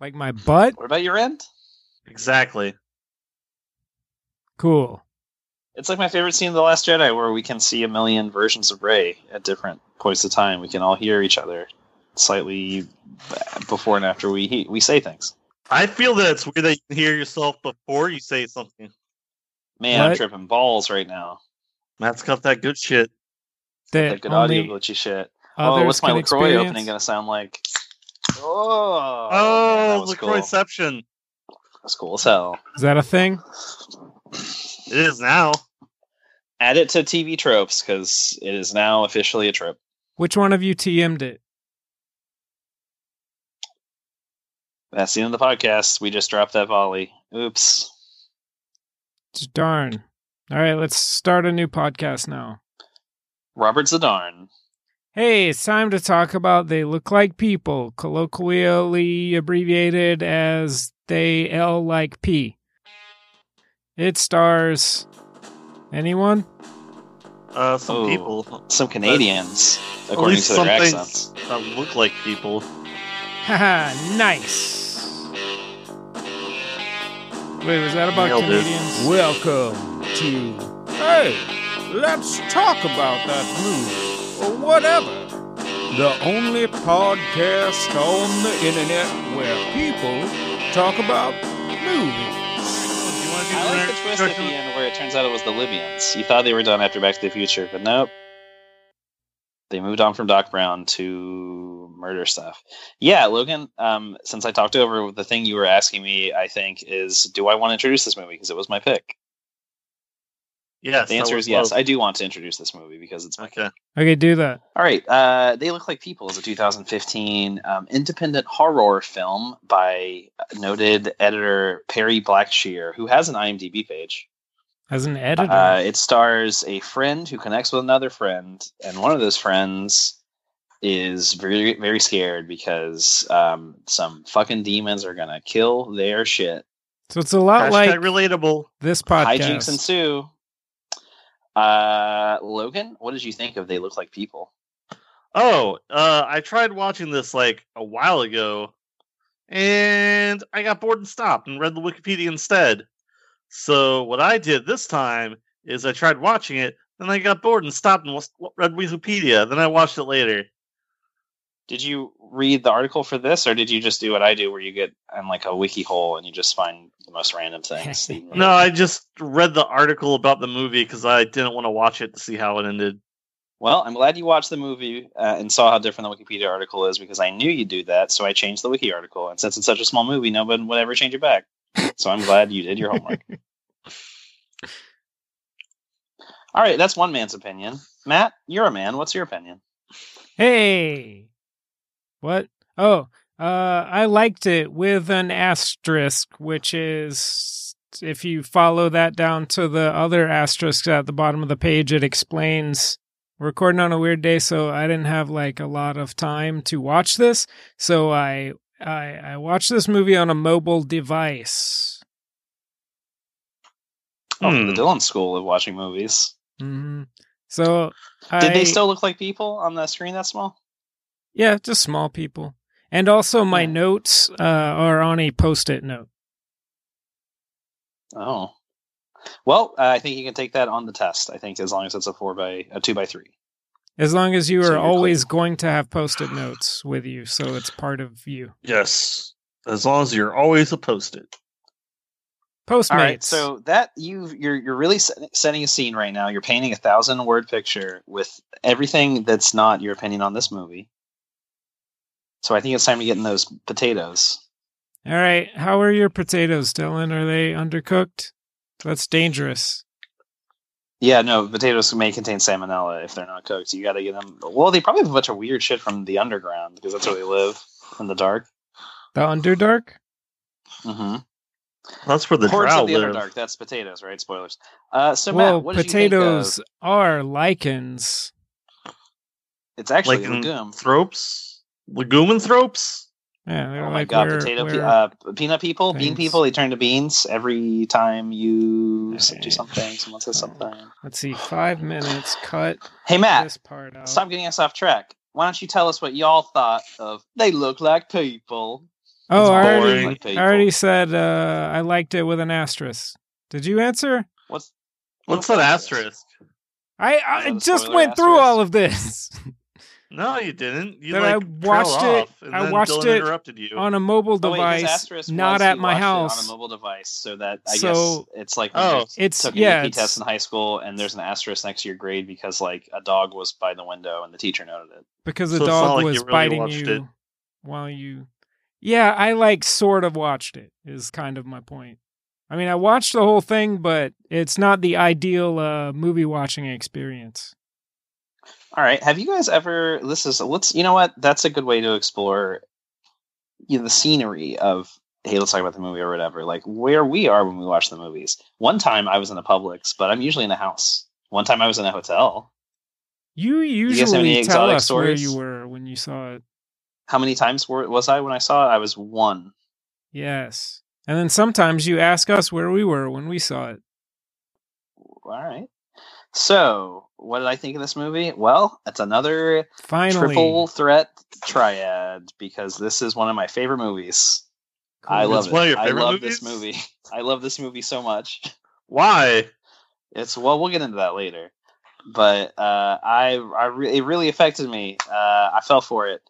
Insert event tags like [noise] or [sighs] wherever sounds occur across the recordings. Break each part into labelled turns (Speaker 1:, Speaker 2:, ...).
Speaker 1: Like my butt?
Speaker 2: What about your end?
Speaker 3: Exactly.
Speaker 1: Cool.
Speaker 2: It's like my favorite scene in The Last Jedi where we can see a million versions of Rey at different points of time. We can all hear each other slightly before and after we he- we say things.
Speaker 3: I feel that it's weird that you can hear yourself before you say something.
Speaker 2: Man, I'm
Speaker 1: What?
Speaker 2: tripping balls right now.
Speaker 3: That's got that good shit.
Speaker 1: That,
Speaker 2: That good
Speaker 1: only
Speaker 2: audio glitchy shit.
Speaker 1: others
Speaker 2: oh, what's my
Speaker 1: can
Speaker 2: LaCroix
Speaker 1: experience.
Speaker 2: opening going to sound like? Oh, man, that
Speaker 3: Oh,
Speaker 2: was
Speaker 3: the
Speaker 2: cool.
Speaker 3: Croyception.
Speaker 2: That's cool as hell.
Speaker 1: Is that a thing?
Speaker 3: It is now.
Speaker 2: Add it to TV tropes because it is now officially a trope.
Speaker 1: Which one of you TM'd it?
Speaker 2: That's the end of the podcast. We just dropped that volley. Oops.
Speaker 1: Darn. All right, let's start a new podcast now.
Speaker 2: Robert Zadarn.
Speaker 1: Hey, it's time to talk about They Look Like People, colloquially abbreviated as They L Like P. It stars anyone?
Speaker 3: Uh, some
Speaker 2: Ooh.
Speaker 3: people
Speaker 2: Some Canadians,
Speaker 3: at
Speaker 2: according
Speaker 3: least
Speaker 2: to their
Speaker 3: something-
Speaker 2: accents.
Speaker 3: that look like people.
Speaker 1: Haha, [laughs] nice. Wait, was that about
Speaker 3: Nailed it.
Speaker 1: Canadians?
Speaker 4: Welcome to Hey, let's talk about that movie or whatever. The only podcast on the internet where people talk about movies.
Speaker 2: I like the twist at the end where it turns out it was the Libyans. You thought they were done after Back to the Future, but nope. They moved on from Doc Brown to murder stuff. Yeah, Logan, um, since I talked over the thing you were asking me, I think, is do I want to introduce this movie? Because it was my pick.
Speaker 3: Yes.
Speaker 2: The
Speaker 3: that
Speaker 2: answer
Speaker 3: was
Speaker 2: is yes.
Speaker 3: close.
Speaker 2: I do want to introduce this movie because it's my
Speaker 3: Okay.
Speaker 1: Okay, do that.
Speaker 2: All right. Uh, they Look Like People is a 2015 um, independent horror film by uh, noted editor Perry Blackshear, who has an IMDb page.
Speaker 1: As an editor.
Speaker 2: Uh, it stars a friend who connects with another friend, and one of those friends is very, very scared because um, some fucking demons are going to kill their shit.
Speaker 1: so it's a lot
Speaker 3: Hashtag
Speaker 1: like
Speaker 3: relatable.
Speaker 1: this
Speaker 2: Hijinks
Speaker 1: podcast.
Speaker 2: ensue. Uh, Logan, what did you think of They Look Like People?
Speaker 3: Oh, uh, I tried watching this like a while ago, and I got bored and stopped and read the Wikipedia instead. So what I did this time is I tried watching it, then I got bored and stopped and was- read Wikipedia. Then I watched it later.
Speaker 2: Did you read the article for this, or did you just do what I do, where you get on like a wiki hole and you just find the most random things?
Speaker 3: [laughs]
Speaker 2: that you can
Speaker 3: No,
Speaker 2: read?
Speaker 3: I just read the article about the movie because I didn't want to watch it to see how it ended.
Speaker 2: Well, I'm glad you watched the movie uh, and saw how different the Wikipedia article is because I knew you'd do that, so I changed the wiki article. And since it's such a small movie, no one would ever change it back. So I'm glad you did your
Speaker 3: [laughs]
Speaker 2: homework. All right, that's one man's opinion. Matt, you're a man. What's your opinion?
Speaker 1: Hey. What? Oh, uh, I liked it with an asterisk, which is if you follow that down to the other asterisks at the bottom of the page, it explains we're recording on a weird day, so I didn't have like a lot of time to watch this. So I I, I watched this movie on a mobile device.
Speaker 2: Oh, from
Speaker 3: Hmm.
Speaker 2: the Dylan School of watching movies.
Speaker 1: hmm So
Speaker 2: Did
Speaker 1: I,
Speaker 2: they still look like people on the screen that small?
Speaker 1: Yeah, just small people. And also, my
Speaker 2: Yeah.
Speaker 1: notes uh, are on a post-it note.
Speaker 2: Oh, well, uh, I think you can take that on the test. I think as long as it's a four by a two by three.
Speaker 1: As long as you are
Speaker 2: So you're
Speaker 1: always going to have post-it notes with you, so it's part of you.
Speaker 3: Yes, as long as you're always a post-it.
Speaker 1: Postmates.
Speaker 2: All right, so that you you're you're really set- setting a scene right now. You're painting a thousand word picture with everything that's not your opinion on this movie. So I think it's time to get in those potatoes.
Speaker 1: All right, how are your potatoes, Dylan? Are they undercooked? That's dangerous.
Speaker 2: Yeah, no, potatoes may contain salmonella if they're not cooked. You got to get them. Well, they probably have a bunch of weird shit from the underground because that's where they live in the dark.
Speaker 1: The Underdark.
Speaker 2: Mm-hmm.
Speaker 3: That's where the
Speaker 2: Hordes
Speaker 3: drow
Speaker 2: of the
Speaker 3: live.
Speaker 2: Underdark. That's potatoes, right? Spoilers. Uh, so
Speaker 1: well,
Speaker 2: Matt, what did
Speaker 1: potatoes
Speaker 2: You think
Speaker 1: are lichens.
Speaker 2: of, it's actually
Speaker 3: Like
Speaker 2: a
Speaker 3: in-
Speaker 2: legume.
Speaker 3: Thropes, leguminthropes.
Speaker 1: Yeah, they're
Speaker 2: Oh
Speaker 1: like
Speaker 2: my god,
Speaker 1: where-
Speaker 2: potato pe-
Speaker 1: where-
Speaker 2: uh, peanut people, bean
Speaker 1: things-
Speaker 2: people, they turn to beans every time you s-
Speaker 1: Okay.
Speaker 2: do something, someone says something.
Speaker 1: Let's see, five minutes. Cut
Speaker 2: Hey [sighs] Matt,
Speaker 1: this part out.
Speaker 2: stop getting us off track. Why don't you tell us what y'all thought of They Look Like People?
Speaker 1: Oh, I
Speaker 3: boring.
Speaker 1: already,
Speaker 2: Like
Speaker 1: I
Speaker 2: people.
Speaker 1: already said uh, I liked it with an asterisk. Did you answer?
Speaker 2: What's
Speaker 3: What's an asterisk?
Speaker 1: I,
Speaker 2: Is
Speaker 1: I
Speaker 2: that a
Speaker 1: just
Speaker 2: spoiler
Speaker 1: went through
Speaker 2: asterisk?
Speaker 1: all of this [laughs]
Speaker 3: No, you didn't. You
Speaker 1: That I
Speaker 3: like
Speaker 1: watched
Speaker 3: trail
Speaker 1: it-
Speaker 3: off, and
Speaker 1: I
Speaker 3: then
Speaker 1: watched
Speaker 3: Dylan
Speaker 1: it
Speaker 3: interrupted you.
Speaker 1: on a mobile
Speaker 2: Oh, wait, his
Speaker 1: device,
Speaker 2: asterisk
Speaker 1: not
Speaker 2: was
Speaker 1: at
Speaker 2: he
Speaker 1: my
Speaker 2: watched it
Speaker 1: house.
Speaker 2: on a mobile device, so that I
Speaker 1: So-
Speaker 2: guess it's like
Speaker 3: Oh.
Speaker 2: when you
Speaker 1: It's
Speaker 2: took
Speaker 1: yeah,
Speaker 2: an AP
Speaker 1: it's,
Speaker 2: test in high school, and there's an asterisk next to your grade because like a dog was by the window, and the teacher noted it.
Speaker 1: because the
Speaker 3: So it's not
Speaker 1: dog
Speaker 3: like you
Speaker 1: was
Speaker 3: really
Speaker 1: biting
Speaker 3: watched
Speaker 1: you
Speaker 3: it.
Speaker 1: while you. Yeah, I like sort of watched it. Is kind of my point. I mean, I watched the whole thing, but it's not the ideal uh, movie watching experience.
Speaker 2: All right, have you guys ever? This is let's. You know what? That's a good way to explore you know, the scenery of. Hey, let's talk about the movie or whatever. Like where we are when we watch the movies. One time I was in a Publix, but I'm usually in a house. One time I was in a hotel.
Speaker 1: You
Speaker 2: guys have any
Speaker 1: usually tell
Speaker 2: exotic
Speaker 1: us
Speaker 2: stories?
Speaker 1: where you were when you saw it.
Speaker 2: How many times were, was I when I saw it? I was one.
Speaker 1: Yes, and then sometimes you ask us where we were when we saw it.
Speaker 2: All right. So, what did I think of this movie? Well, it's another
Speaker 1: Finally,
Speaker 2: triple threat triad because this is one of my favorite movies. I
Speaker 1: Cool.
Speaker 2: love
Speaker 3: It's
Speaker 2: it.
Speaker 3: one of your
Speaker 2: I
Speaker 3: favorite
Speaker 2: love this
Speaker 3: movies?
Speaker 2: movie. [laughs] I love this movie so much.
Speaker 1: [laughs]
Speaker 3: Why?
Speaker 2: It's well, we'll get into that later. But uh, I, I re- it really affected me. Uh, I fell for it.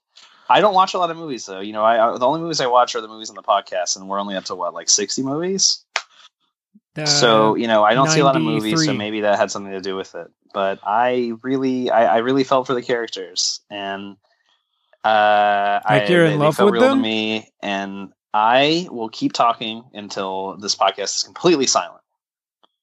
Speaker 2: I don't watch a lot of movies though. You know, I, I the only movies I watch are the movies on the podcast, and we're only up to what like sixty movies.
Speaker 1: The-
Speaker 2: so you know i don't see a lot of movies so
Speaker 1: 93.
Speaker 2: maybe that had something to do with it but i really i, I really felt for the characters and uh
Speaker 1: Like
Speaker 2: I,
Speaker 1: you're in
Speaker 2: they,
Speaker 1: love
Speaker 2: they felt
Speaker 1: with
Speaker 2: real
Speaker 1: them?
Speaker 2: to me and i will keep talking until this podcast is completely silent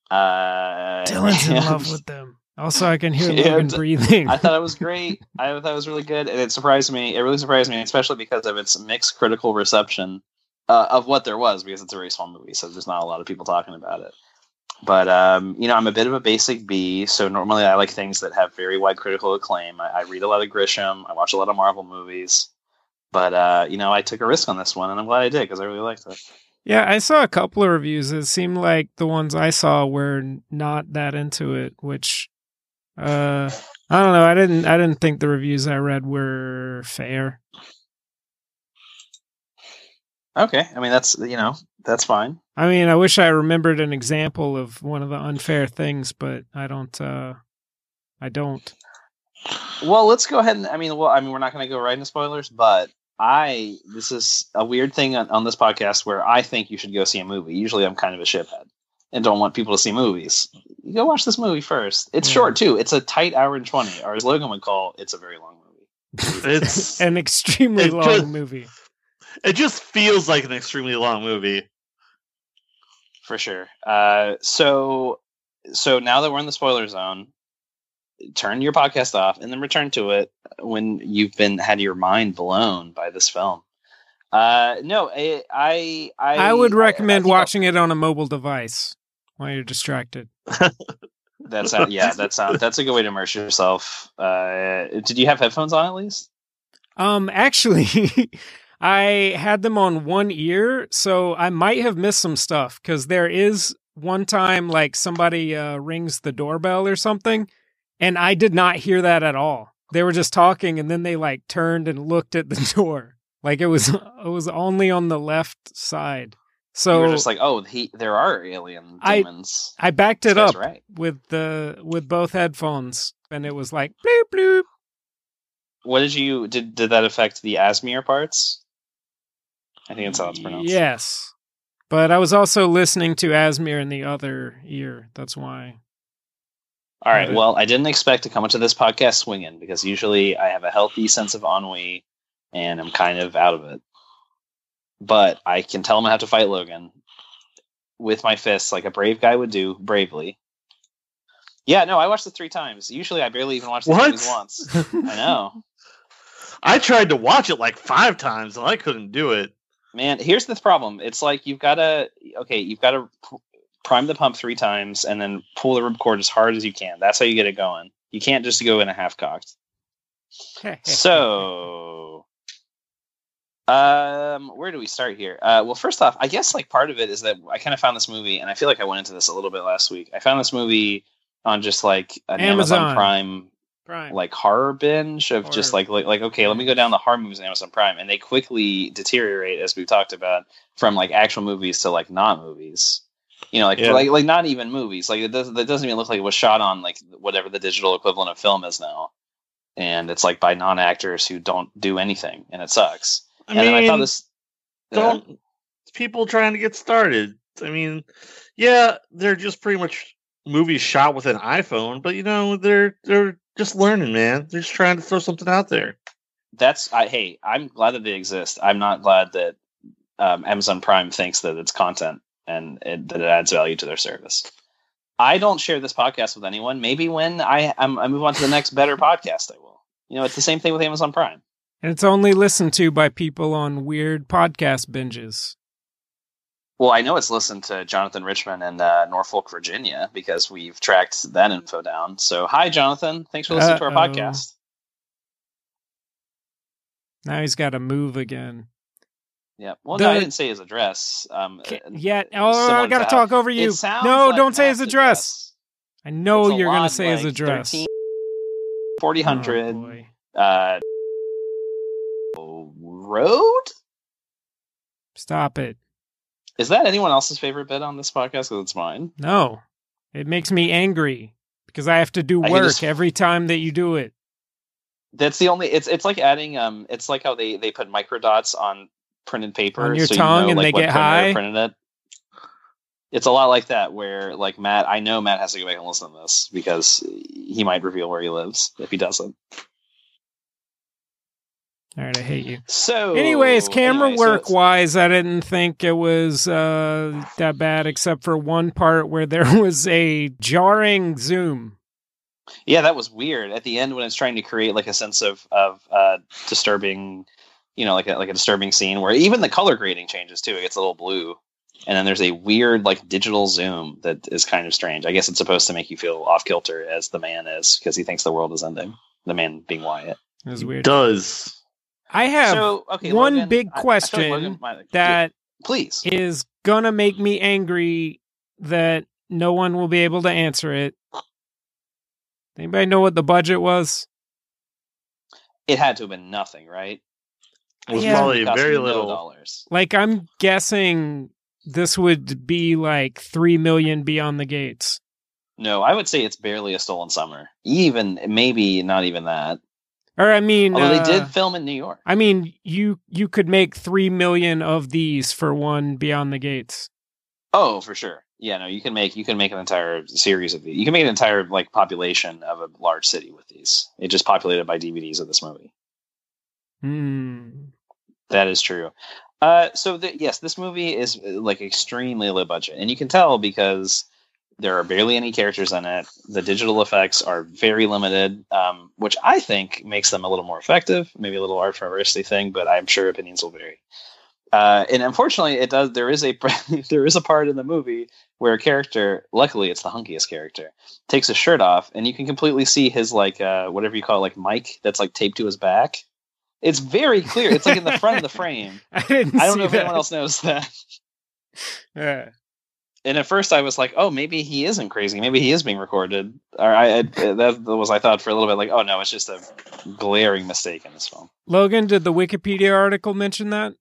Speaker 2: uh
Speaker 1: Dylan's in
Speaker 2: [laughs] and-
Speaker 1: love with them. Also, I
Speaker 2: [laughs]
Speaker 1: can hear
Speaker 2: Yeah,
Speaker 1: Logan
Speaker 2: d-
Speaker 1: breathing.
Speaker 2: I thought it was great. I thought it was really good, and it surprised me. It really surprised me, especially because of its mixed critical reception uh, of what there was, because it's a very small movie, so there's not a lot of people talking about it. But um, you know, I'm a bit of a basic B, so normally I like things that have very wide critical acclaim. I, I read a lot of Grisham, I watch a lot of Marvel movies, but uh, you know, I took a risk on this one, and I'm glad I did because I really liked it.
Speaker 1: Yeah, I saw a couple of reviews. It seemed like the ones I saw were n- not that into it, which uh I don't know. I didn't I didn't think the reviews I read were fair.
Speaker 2: Okay, I mean that's you know that's fine.
Speaker 1: I mean, I wish I remembered an example of one of the unfair things, but I don't uh I don't. [laughs]
Speaker 2: Well, let's go ahead and I mean, well, I mean, we're not going to go right into spoilers, but I this is a weird thing on, on this podcast where I think you should go see a movie. Usually, I'm kind of a shithead and don't want people to see movies. You go watch this movie first. It's
Speaker 1: Yeah.
Speaker 2: short too. It's a tight hour and twenty, or as Logan would call, it's a very long movie.
Speaker 3: It's
Speaker 1: An extremely
Speaker 3: It
Speaker 1: long
Speaker 3: could-
Speaker 1: movie.
Speaker 3: it just feels like an extremely long movie.
Speaker 2: for sure. Uh, so, so now that we're in the spoiler zone, turn your podcast off and then return to it when you've been had your mind blown by this film. Uh, no, I, I, I,
Speaker 1: I, would recommend
Speaker 2: think I'll-
Speaker 1: watching it on a mobile device while you're distracted.
Speaker 2: That's not- yeah, that's not, that's a good way to immerse yourself. Uh, did you have headphones on at least?
Speaker 1: Um, actually, [laughs] I had them on one ear, so I might have missed some stuff because there is one time like somebody uh, rings the doorbell or something, and I did not hear that at all. They were just talking, and then they like turned and looked at the [laughs] door. Like it was, it was only on the left side.
Speaker 2: you
Speaker 1: So
Speaker 2: were just like, oh, he, there are alien
Speaker 1: I-
Speaker 2: demons.
Speaker 1: I backed
Speaker 2: This
Speaker 1: it
Speaker 2: guy's
Speaker 1: up
Speaker 2: right?
Speaker 1: with the with both headphones, and it was like bloop bloop.
Speaker 2: What did you did? Did that affect the Asmir parts? I think that's how it's pronounced.
Speaker 1: Yes. But I was also listening to Asmir in the other ear. That's why.
Speaker 2: All right.
Speaker 1: Right.
Speaker 2: Well, I didn't expect to come into this podcast swinging because usually I have a healthy sense of ennui and I'm kind of out of it. But I can tell him I have to fight Logan with my fists like a brave guy would do bravely. Yeah, no, I watched it three times. Usually I barely even watch the
Speaker 3: What?
Speaker 2: movies once.
Speaker 1: [laughs]
Speaker 2: I know.
Speaker 3: I tried to watch it like five times and I couldn't do it.
Speaker 2: Man, here's the problem. It's like you've got to, okay, you've got to prime the pump three times and then pull the ripcord as hard as you can. That's how you get it going. You can't just go in a half cocked. so um where do we start here uh well first off i guess like part of it is that i kind of found this movie and i feel like i went into this a little bit last week i found this movie on just like an amazon,
Speaker 1: Amazon.
Speaker 2: prime
Speaker 1: Prime.
Speaker 2: like horror binge of just
Speaker 1: Horror.
Speaker 2: like, like like okay, let me go down the horror movies on Amazon Prime, and they quickly deteriorate as we've talked about from like actual movies to like not movies. You know, like
Speaker 3: Yeah.
Speaker 2: like like not even movies. Like it doesn't that doesn't even look like it was shot on like whatever the digital equivalent of film is now, and it's like by non actors who don't do anything, and it sucks.
Speaker 3: I
Speaker 2: and
Speaker 3: mean,
Speaker 2: then I thought this. uh,
Speaker 3: don't people trying to get started. I mean, yeah, they're just pretty much movies shot with an iPhone, but you know, they're they're just learning, man. They're just trying to throw something out there.
Speaker 2: that's I hey, I'm glad that they exist. I'm not glad that um, Amazon Prime thinks that it's content and it, that it adds value to their service. I don't share this podcast with anyone. Maybe when I I'm, I move on to the next better podcast, I will. You know, it's the same thing with Amazon Prime.
Speaker 1: And it's only listened to by people on weird podcast binges.
Speaker 2: Well, I know it's listened to Jonathan Richmond in uh, Norfolk, Virginia, because we've tracked that info down. So, hi, Jonathan. Thanks for listening to
Speaker 1: Uh-oh.
Speaker 2: our podcast.
Speaker 1: Now he's got to move again.
Speaker 2: Yeah. Well,
Speaker 1: The-
Speaker 2: no, I didn't say his address. Um,
Speaker 1: Ca-
Speaker 2: uh,
Speaker 1: Yeah. Oh, I
Speaker 2: someone's
Speaker 1: got to
Speaker 2: out.
Speaker 1: talk over you.
Speaker 2: It sounds
Speaker 1: No,
Speaker 2: like
Speaker 1: don't say his
Speaker 2: Matt's
Speaker 1: address. I know
Speaker 2: It's a
Speaker 1: you're going to
Speaker 2: lot
Speaker 1: say his
Speaker 2: like
Speaker 1: address.
Speaker 2: 13, 40 hundred,
Speaker 1: Oh, boy.
Speaker 2: uh, road.
Speaker 1: Stop it.
Speaker 2: Is that anyone else's favorite bit on this podcast? Because it's mine.
Speaker 1: No. It makes me angry because I have to do
Speaker 2: I can
Speaker 1: work
Speaker 2: just-
Speaker 1: every time that you do it.
Speaker 2: That's the only. It's it's like adding. Um, it's like how they they put micro dots on printed paper
Speaker 1: On your
Speaker 2: so
Speaker 1: tongue
Speaker 2: you
Speaker 1: and
Speaker 2: know, like,
Speaker 1: they
Speaker 2: what
Speaker 1: get
Speaker 2: printer
Speaker 1: high?
Speaker 2: Printed it. It's a lot like that, where like Matt, I know Matt has to go back and listen to this because he might reveal where he lives if he doesn't.
Speaker 1: All right, I hate you.
Speaker 2: So,
Speaker 1: Anyways, camera
Speaker 2: Oh, anyway, so
Speaker 1: work
Speaker 2: it's-
Speaker 1: wise, I didn't think it was uh, that bad, except for one part where there [laughs] was a jarring zoom.
Speaker 2: yeah that was weird at the end when it's trying to create like a sense of of uh disturbing you know like a, like a disturbing scene where even the color grading changes too it gets a little blue and then there's a weird like digital zoom that is kind of strange i guess it's supposed to make you feel off kilter as the man is because he thinks the world is ending the man being wyatt
Speaker 1: It was weird.
Speaker 3: Does
Speaker 1: I have
Speaker 2: so okay
Speaker 1: one
Speaker 2: Logan,
Speaker 1: big
Speaker 2: I- I feel like
Speaker 1: question
Speaker 2: Logan might-
Speaker 1: that
Speaker 2: please
Speaker 1: is gonna make me angry that no one will be able to answer it. Anybody know what the budget was?
Speaker 2: it had to have been nothing right
Speaker 3: it was
Speaker 1: Yeah.
Speaker 3: probably
Speaker 2: It cost
Speaker 3: very
Speaker 2: no
Speaker 3: little.
Speaker 2: dollars
Speaker 1: Like, I'm guessing this would be like three million beyond the gates.
Speaker 2: no i would say it's barely a stolen summer even maybe not even that
Speaker 1: Or I mean,
Speaker 2: although
Speaker 1: uh,
Speaker 2: Oh, they did film in new york
Speaker 1: I mean, you you could make three million of these for one Beyond the Gates.
Speaker 2: Oh, for sure. Yeah, no, you can make you can make an entire series of these. You can make an entire like population of a large city with these. It just populated by DVDs of this movie.
Speaker 1: Hmm. [laughs]
Speaker 2: That is true. Uh, so the, yes, this movie is uh, like extremely low budget, and you can tell because there are barely any characters in it. The digital effects are very limited, um, which I think makes them a little more effective. Maybe a little art from diversity thing, but I'm sure opinions will vary. Uh, and unfortunately, it does. There is a [laughs] there is a part in the movie where a character, luckily it's the hunkiest character, takes his shirt off, and you can completely see his like uh, whatever you call it, like mic that's like taped to his back. It's very clear. It's like in the front of the frame.
Speaker 1: I didn't.
Speaker 2: I
Speaker 1: [laughs]
Speaker 2: don't
Speaker 1: see
Speaker 2: know if
Speaker 1: that.
Speaker 2: anyone else knows that.
Speaker 1: Yeah.
Speaker 2: And at first, I was like, "Oh, maybe he isn't crazy. Maybe he is being recorded." Or I, I that was I thought for a little bit, like, "Oh no, it's just a glaring mistake in this film."
Speaker 1: Logan, did the Wikipedia article mention that?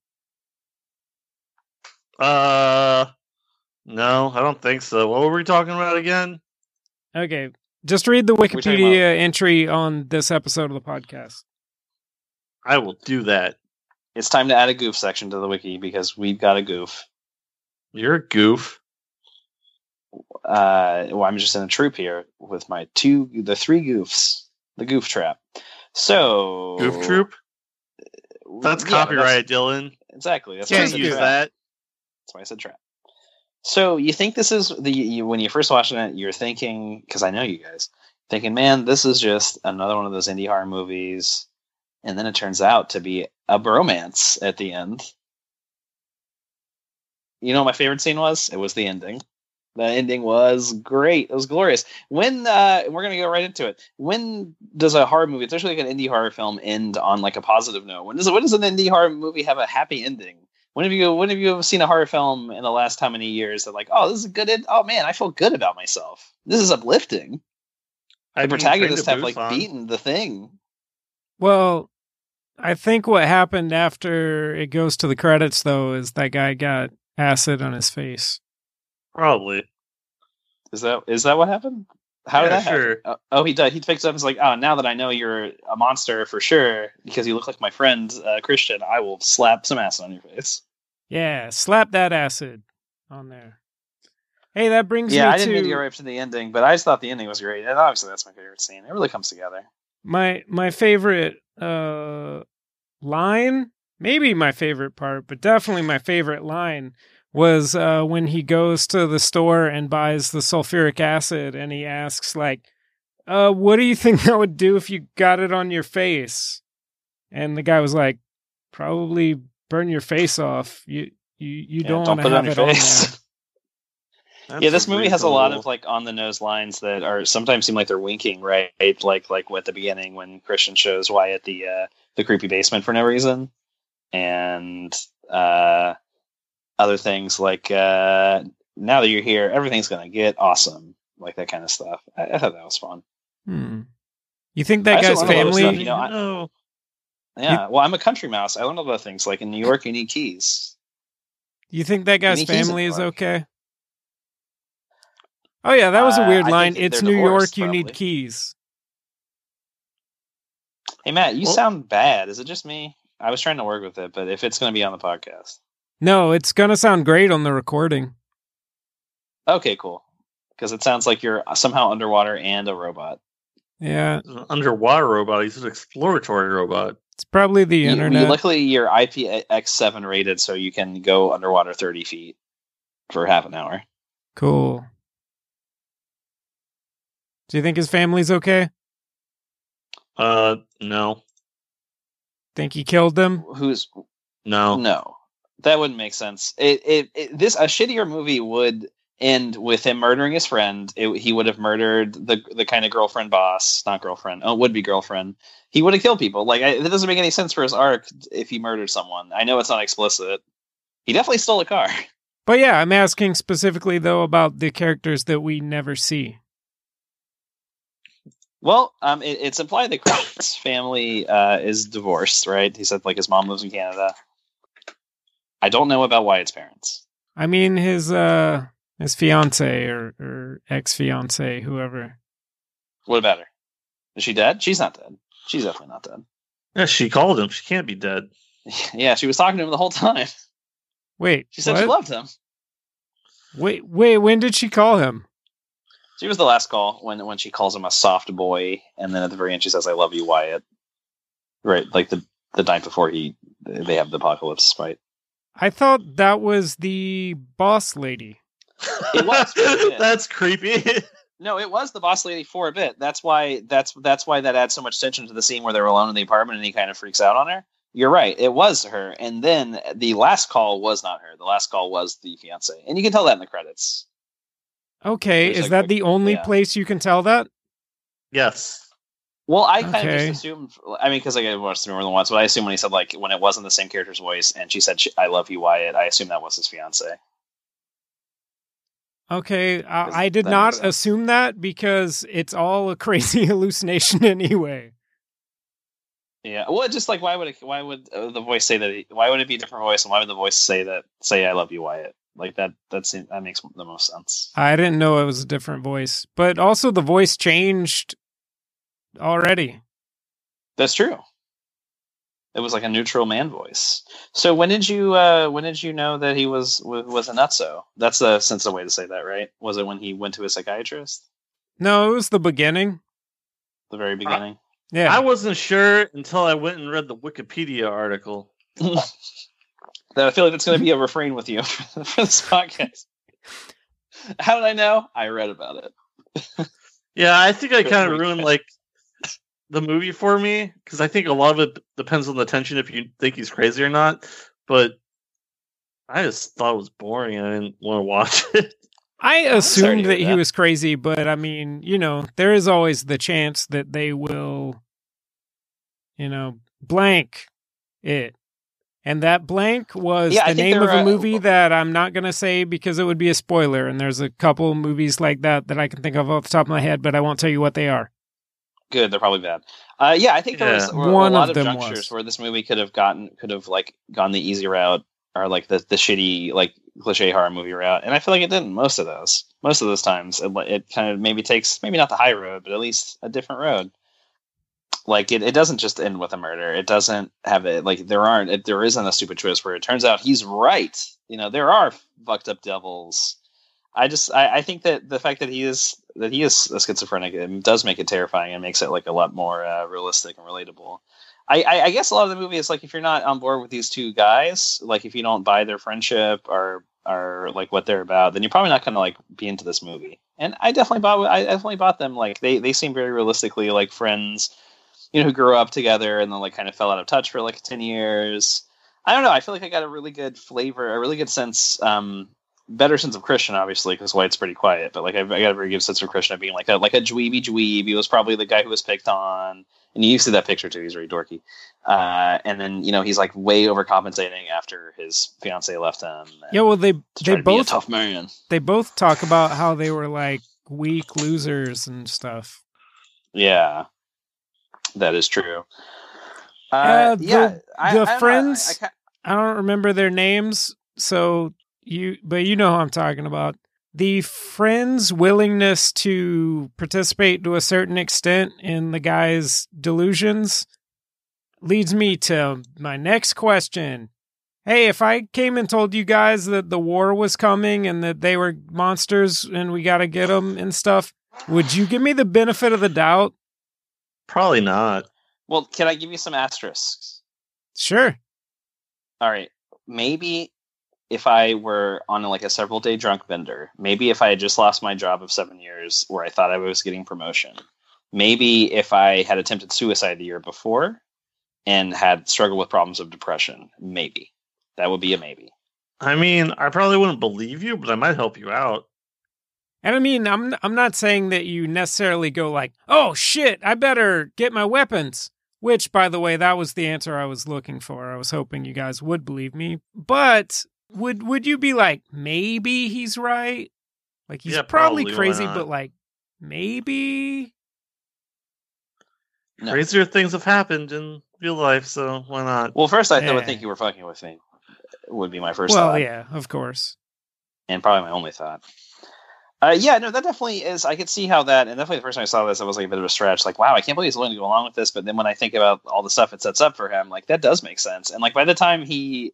Speaker 3: Uh no, I don't think so. What were we talking about again?
Speaker 1: Okay, just read the
Speaker 2: talking about-
Speaker 1: Wikipedia entry on this episode of the podcast.
Speaker 3: I will do that.
Speaker 2: It's time to add a goof section to the wiki because we've got a goof.
Speaker 3: You're a goof.
Speaker 2: uh, well, I'm just in a troop here with my two, the three goofs, the goof trap. So
Speaker 3: Goof troop? That's
Speaker 2: Oh. yeah,
Speaker 3: copyright, Dylan.
Speaker 2: exactly. That's why I
Speaker 3: Can't
Speaker 2: said
Speaker 3: use
Speaker 2: trap.
Speaker 3: that.
Speaker 2: That's why I said trap. So you think this is the you, when you first watching it, you're thinking because I know you guys thinking, man, this is just another one of those indie horror movies, and then it turns out to be a bromance at the end. You know, what my favorite scene was it was the ending. The ending was great. It was glorious. When uh, we're gonna go right into it. When does a horror movie, especially like an indie horror film, end on like a positive note? When does when does an indie horror movie have a happy ending? When have you when have you ever seen a horror film in the last how many years that like oh this is a good end- oh man I feel good about myself this is uplifting
Speaker 3: I
Speaker 2: the
Speaker 3: mean,
Speaker 2: protagonists have
Speaker 3: Train to
Speaker 2: like
Speaker 3: Busan.
Speaker 2: beaten the thing.
Speaker 1: Well, I think what happened after it goes to the credits, though, is that guy got acid on his face.
Speaker 3: Probably.
Speaker 2: Is that is that what happened? How did
Speaker 3: Yeah,
Speaker 2: that happen?
Speaker 3: sure.
Speaker 2: Uh, oh, he died. He picks up and is like, "Oh, now that I know you're a monster for sure, because you look like my friend uh, Christian, I will slap some acid on your face."
Speaker 1: Yeah, slap that acid on there. Hey, that brings
Speaker 2: Yeah,
Speaker 1: me
Speaker 2: I didn't
Speaker 1: to
Speaker 2: mean to go right to the ending, but I just thought the ending was great, and obviously that's my favorite scene. It really comes together.
Speaker 1: my my favorite uh line maybe my favorite part but definitely my favorite line was uh when he goes to the store and buys the sulfuric acid and he asks like uh what do you think [laughs] that would do if you got it on your face and the guy was like probably burn your face off you you you
Speaker 2: Yeah,
Speaker 1: don't,
Speaker 2: don't
Speaker 1: want
Speaker 2: put
Speaker 1: to
Speaker 2: it on
Speaker 1: have
Speaker 2: your
Speaker 1: it on
Speaker 2: face. [laughs]
Speaker 1: there.
Speaker 2: yeah, this movie has a lot of
Speaker 3: reasonable-
Speaker 2: like on the nose lines that are sometimes seem like they're winking, right? Like like at the beginning when Christian shows Wyatt the uh, the creepy basement for no reason, and uh, other things like uh, now that you're here, everything's gonna get awesome, like that kind of stuff. I, I thought that was fun.
Speaker 1: Hmm. you think
Speaker 2: I
Speaker 1: that
Speaker 2: also
Speaker 1: guy's
Speaker 2: learned a lot of
Speaker 1: family
Speaker 2: stuff, you know, I-
Speaker 3: know,
Speaker 2: Yeah, well, I'm a country mouse. I learned a lot of things. Like in New York, you need keys.
Speaker 1: You think that guy's
Speaker 2: he's in
Speaker 1: family is
Speaker 2: New York.
Speaker 1: okay? Oh yeah, that was
Speaker 2: Uh,
Speaker 1: a weird
Speaker 2: I think
Speaker 1: line.
Speaker 2: that
Speaker 1: It's
Speaker 2: they're
Speaker 1: New
Speaker 2: divorced,
Speaker 1: York, you need
Speaker 2: probably.
Speaker 1: keys.
Speaker 2: Hey Matt, you
Speaker 3: Well-
Speaker 2: sound bad. Is it just me? I was trying to work with it, but if it's gonna be on the podcast.
Speaker 1: No, it's gonna sound great on the recording.
Speaker 2: Okay, cool. Because it sounds like you're uh, somehow underwater and a robot.
Speaker 1: Yeah,
Speaker 3: he's an underwater robot. He's an exploratory robot.
Speaker 1: it's probably the
Speaker 2: You- you-
Speaker 1: internet.
Speaker 2: luckily, you're IPX7 rated, so you can go underwater 30 feet for half an hour.
Speaker 1: cool. Do you think his family's okay?
Speaker 3: Uh, no,
Speaker 1: Think he killed them?
Speaker 2: Who's
Speaker 1: Oh.
Speaker 3: no.
Speaker 2: no? That wouldn't make sense. It, it, it this a shittier movie would end with him murdering his friend. It, he would have murdered the the kind of girlfriend boss, not girlfriend, oh, would be girlfriend. He would have killed people. Like I, that doesn't make any sense for his arc if he murdered someone. I know it's not explicit. He definitely stole a car. [laughs]
Speaker 1: But yeah, I'm asking specifically though about the characters that we never see.
Speaker 2: Well, um, it, it's implied that Christian's family uh, is divorced, right? He said like his mom lives in Canada. I don't know about Wyatt's parents.
Speaker 1: I mean his uh his fiance or, or ex fiance, whoever.
Speaker 2: What about her? Is she dead? She's not dead. She's definitely not dead. [laughs]
Speaker 3: Yeah, she called him. She can't be dead.
Speaker 2: yeah, she was talking to him the whole time. [laughs]
Speaker 1: Wait,
Speaker 2: She said she
Speaker 1: what?
Speaker 2: loved him.
Speaker 1: wait, wait. When did she call him?
Speaker 2: She was the last call when when she calls him a soft boy, and then at the very end she says, "I love you, Wyatt." Right, like the the night before he they have the apocalypse fight.
Speaker 1: I thought that was the boss lady.
Speaker 2: It was,
Speaker 3: [laughs]
Speaker 2: yeah.
Speaker 3: That's creepy. [laughs]
Speaker 2: No, it was the boss lady for a bit. That's why that's that's why that adds so much tension to the scene where they're alone in the apartment and he kind of freaks out on her. You're right. It was her. And then the last call was not her. The last call was the fiance. And you can tell that in the credits.
Speaker 1: Okay,
Speaker 2: There's
Speaker 1: is
Speaker 2: like
Speaker 1: that
Speaker 2: a-
Speaker 1: the only
Speaker 2: yeah.
Speaker 1: place you can tell that?
Speaker 3: yes.
Speaker 2: Well, I kind of
Speaker 1: Okay.
Speaker 2: just assumed. I mean, because I watched the more than once, but I assume when he said like when it wasn't the same character's voice, and she said she, "I love you, Wyatt," I assume that was his fiance.
Speaker 1: Okay,
Speaker 2: Does
Speaker 1: I, I did
Speaker 2: that
Speaker 1: not
Speaker 2: make sense?
Speaker 1: assume that because it's all a [laughs] crazy hallucination [laughs] anyway.
Speaker 2: Yeah. Well, just like why would it, why would uh, the voice say that? he- Why would it be a different voice, and why would the voice say that? Say, "I love you, Wyatt." Like that. That seems, that makes the most sense.
Speaker 1: I didn't know it was a different voice, but also the voice changed already.
Speaker 2: That's true. It was like a neutral man voice. So when did you uh, when did you know that he was wa- was a nutso? That's a sensitive way to say that, right? Was it when he went to a psychiatrist?
Speaker 1: No, it was the beginning.
Speaker 2: The very beginning. [laughs]
Speaker 1: Yeah,
Speaker 3: I wasn't sure until I went and read the Wikipedia article.
Speaker 2: That I feel like that's going to be a refrain with you [laughs] for this podcast. How did I know? I read about it.
Speaker 3: Yeah, I think I
Speaker 2: Good
Speaker 3: kind of
Speaker 2: week.
Speaker 3: ruined like the movie for me because I think a lot of it depends on the tension if you think he's crazy or not. But I just thought it was boring. and I didn't want to [laughs] watch it.
Speaker 1: I
Speaker 2: sorry to
Speaker 1: assumed
Speaker 2: hear
Speaker 1: that he
Speaker 2: that.
Speaker 1: was crazy, but I mean, you know, there is always the chance that they will, you know, blank it. And that blank was
Speaker 2: Yeah, I
Speaker 1: the
Speaker 2: think uh,
Speaker 1: name
Speaker 2: there
Speaker 1: of a
Speaker 2: are-
Speaker 1: movie that I'm not going to say because it would be a spoiler. And there's a couple movies like that that I can think of off the top of my head, but I won't tell you what they are.
Speaker 2: good. They're probably bad. Uh, yeah, I think there
Speaker 3: Yeah.
Speaker 2: was were
Speaker 1: One
Speaker 2: a lot
Speaker 1: of
Speaker 2: of,
Speaker 1: them
Speaker 2: junctures
Speaker 1: was.
Speaker 2: where this movie could have gotten could have like gone the easy route or like the the shitty like cliche horror movie route, and I feel like it didn't most of those. Most of those times, it, li- it kind of maybe takes maybe not the high road, but at least a different road. Like it, it doesn't just end with a murder. It doesn't have it like there aren't it, there isn't a stupid twist where it turns out he's right. You know there are fucked up devils. I just I, I think that the fact that he is that he is a schizophrenic it does make it terrifying and makes it like a lot more uh, realistic and relatable. I, I, I guess a lot of the movie is like if you're not on board with these two guys, like if you don't buy their friendship or or like what they're about, then you're probably not gonna like be into this movie. And I definitely bought I definitely bought them. Like they they seem very realistically like friends, you know, who grew up together and then like kind of fell out of touch for like ten years. I don't know. I feel like I got a really good flavor, a really good sense um, better sense of Christian, obviously, because White's pretty quiet. But like, I, I got a very good sense of Christian of being like a like a dweeby dweeb. He was probably the guy who was picked on, and you see that picture too. He's very dorky. Uh, and then you know he's like way overcompensating after his fiance left him. and
Speaker 1: Yeah, well they
Speaker 2: to try
Speaker 1: they
Speaker 2: to be a
Speaker 1: both
Speaker 2: tough man.
Speaker 1: they both talk about how they were like weak losers and stuff.
Speaker 2: Yeah, that is true. Uh,
Speaker 1: Uh, the-
Speaker 2: yeah,
Speaker 1: the
Speaker 2: I, I don't know, I-
Speaker 1: friends-
Speaker 2: I ca-
Speaker 1: I don't remember their names, so you but you know who I'm talking about. The friend's willingness to participate to a certain extent in the guy's delusions leads me to my next question. Hey, if I came and told you guys that the war was coming and that they were monsters and we got to get them and stuff, would you give me the benefit of the doubt?
Speaker 3: Probably not.
Speaker 2: well, can I give you some asterisks?
Speaker 1: Sure.
Speaker 2: all right, maybe if I were on like a several day drunk bender, maybe if I had just lost my job of seven years where I thought I was getting promotion, maybe if I had attempted suicide the year before and had struggled with problems of depression, maybe that would be a maybe.
Speaker 3: I mean, I probably wouldn't believe you, but I might help you out.
Speaker 1: And I mean, I'm I'm not saying that you necessarily go like, "Oh shit, I better get my weapons." Which, by the way, that was the answer I was looking for. I was hoping you guys would believe me. But would would you be like, maybe he's right? Like he's
Speaker 3: Yeah,
Speaker 1: probably,
Speaker 3: probably, why
Speaker 1: crazy,
Speaker 3: not?
Speaker 1: but like maybe.
Speaker 2: No.
Speaker 3: Crazier things have happened in real life, so why not?
Speaker 2: Well, first I th- would
Speaker 1: Yeah.
Speaker 2: think you were fucking with me. Would be my first
Speaker 1: Eh. well,
Speaker 2: thought.
Speaker 1: yeah, of course.
Speaker 2: and probably my only thought. Uh, yeah, no, that definitely is. I could see how that, and definitely the first time I saw this, I was like a bit of a stretch. Like, wow, I can't believe he's willing to go along with this. But then when I think about all the stuff it sets up for him, like that does make sense. And like by the time he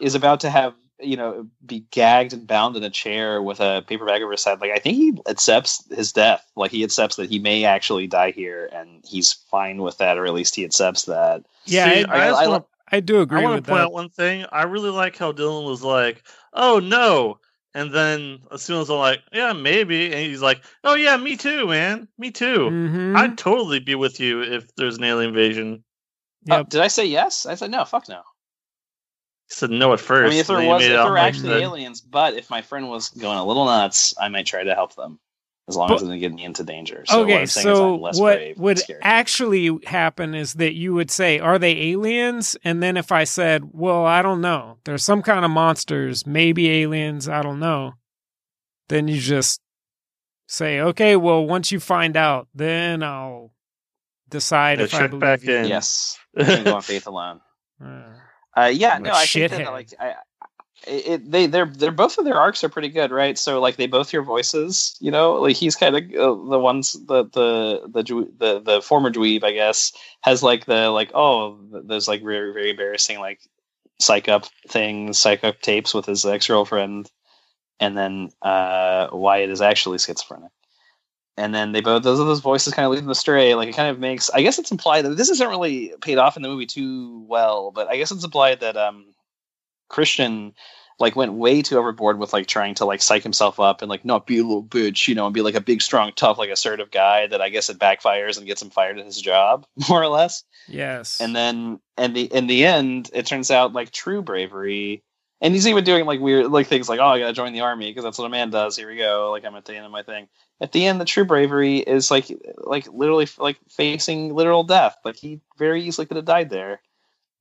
Speaker 2: is about to have, you know, be gagged and bound in a chair with a paper bag over his head, like I think he accepts his death. Like he accepts that he may actually die here, and he's fine with that, or at least he accepts that.
Speaker 1: Yeah,
Speaker 3: See,
Speaker 1: I,
Speaker 2: I-
Speaker 3: I, just
Speaker 2: I
Speaker 3: wanna-
Speaker 1: I do agree
Speaker 3: I want
Speaker 1: with
Speaker 3: to point
Speaker 1: that.
Speaker 3: out one thing. I really like how Dylan was like, "Oh no," and then as soon as I'm like, "Yeah, maybe," and he's like, "Oh yeah, me too, man, me too.
Speaker 1: Mhm.
Speaker 3: I'd totally be with you if there's an alien invasion."
Speaker 2: Oh,
Speaker 1: Yep.
Speaker 2: did I say yes? I said no. Fuck no.
Speaker 3: He said no at first.
Speaker 2: I mean, if
Speaker 3: and
Speaker 2: there
Speaker 3: then he
Speaker 2: was,
Speaker 3: made
Speaker 2: if
Speaker 3: it
Speaker 2: there
Speaker 3: out
Speaker 2: were
Speaker 3: like
Speaker 2: actually
Speaker 3: that.
Speaker 2: aliens, but if my friend was going a little nuts, I might try to help them, as long
Speaker 1: But-
Speaker 2: as it didn't get me into danger. So what
Speaker 1: okay,
Speaker 2: I'm saying is
Speaker 1: so
Speaker 2: I'm less
Speaker 1: what
Speaker 2: brave and
Speaker 1: would
Speaker 2: scary.
Speaker 1: actually happen is that you would say, "Are they aliens?" And then if I said, "Well, I don't know. There's some kind of monsters, maybe aliens. I don't know," then you just say, "Okay, well, once you find out, then I'll decide
Speaker 3: Yeah,
Speaker 1: if I
Speaker 3: check
Speaker 1: believe
Speaker 3: back
Speaker 1: you."
Speaker 3: in.
Speaker 1: [laughs]
Speaker 2: yes, I can go on faith alone.
Speaker 1: Uh,
Speaker 2: Uh, yeah,
Speaker 1: Like
Speaker 2: no, I think
Speaker 1: shithead.
Speaker 2: that like I, I- it, they they're they're both of their arcs are pretty good, right? So like they both hear voices, you know. Like he's kind of uh, the ones the the the dwe- the the former dweeb, I guess, has like the like oh th- those like very very embarrassing like psych up things, psych up tapes with his ex girlfriend, and then uh, Wyatt is actually schizophrenic. And then they both those those voices kind of lead them astray. Like it kind of makes I guess it's implied that this isn't really paid off in the movie too well, but I guess it's implied that um Christian like went way too overboard with like trying to like psych himself up and like not be a little bitch, you know, and be like a big, strong, tough, like assertive guy that I guess it backfires and gets him fired at his job, [laughs] more or less
Speaker 1: yes,
Speaker 2: and then and the in the end it turns out like true bravery and he's even doing like weird like things like oh i gotta join the army because that's what a man does here we go like i'm at the end of my thing at the end the true bravery is like like literally like facing literal death like he very easily could have died there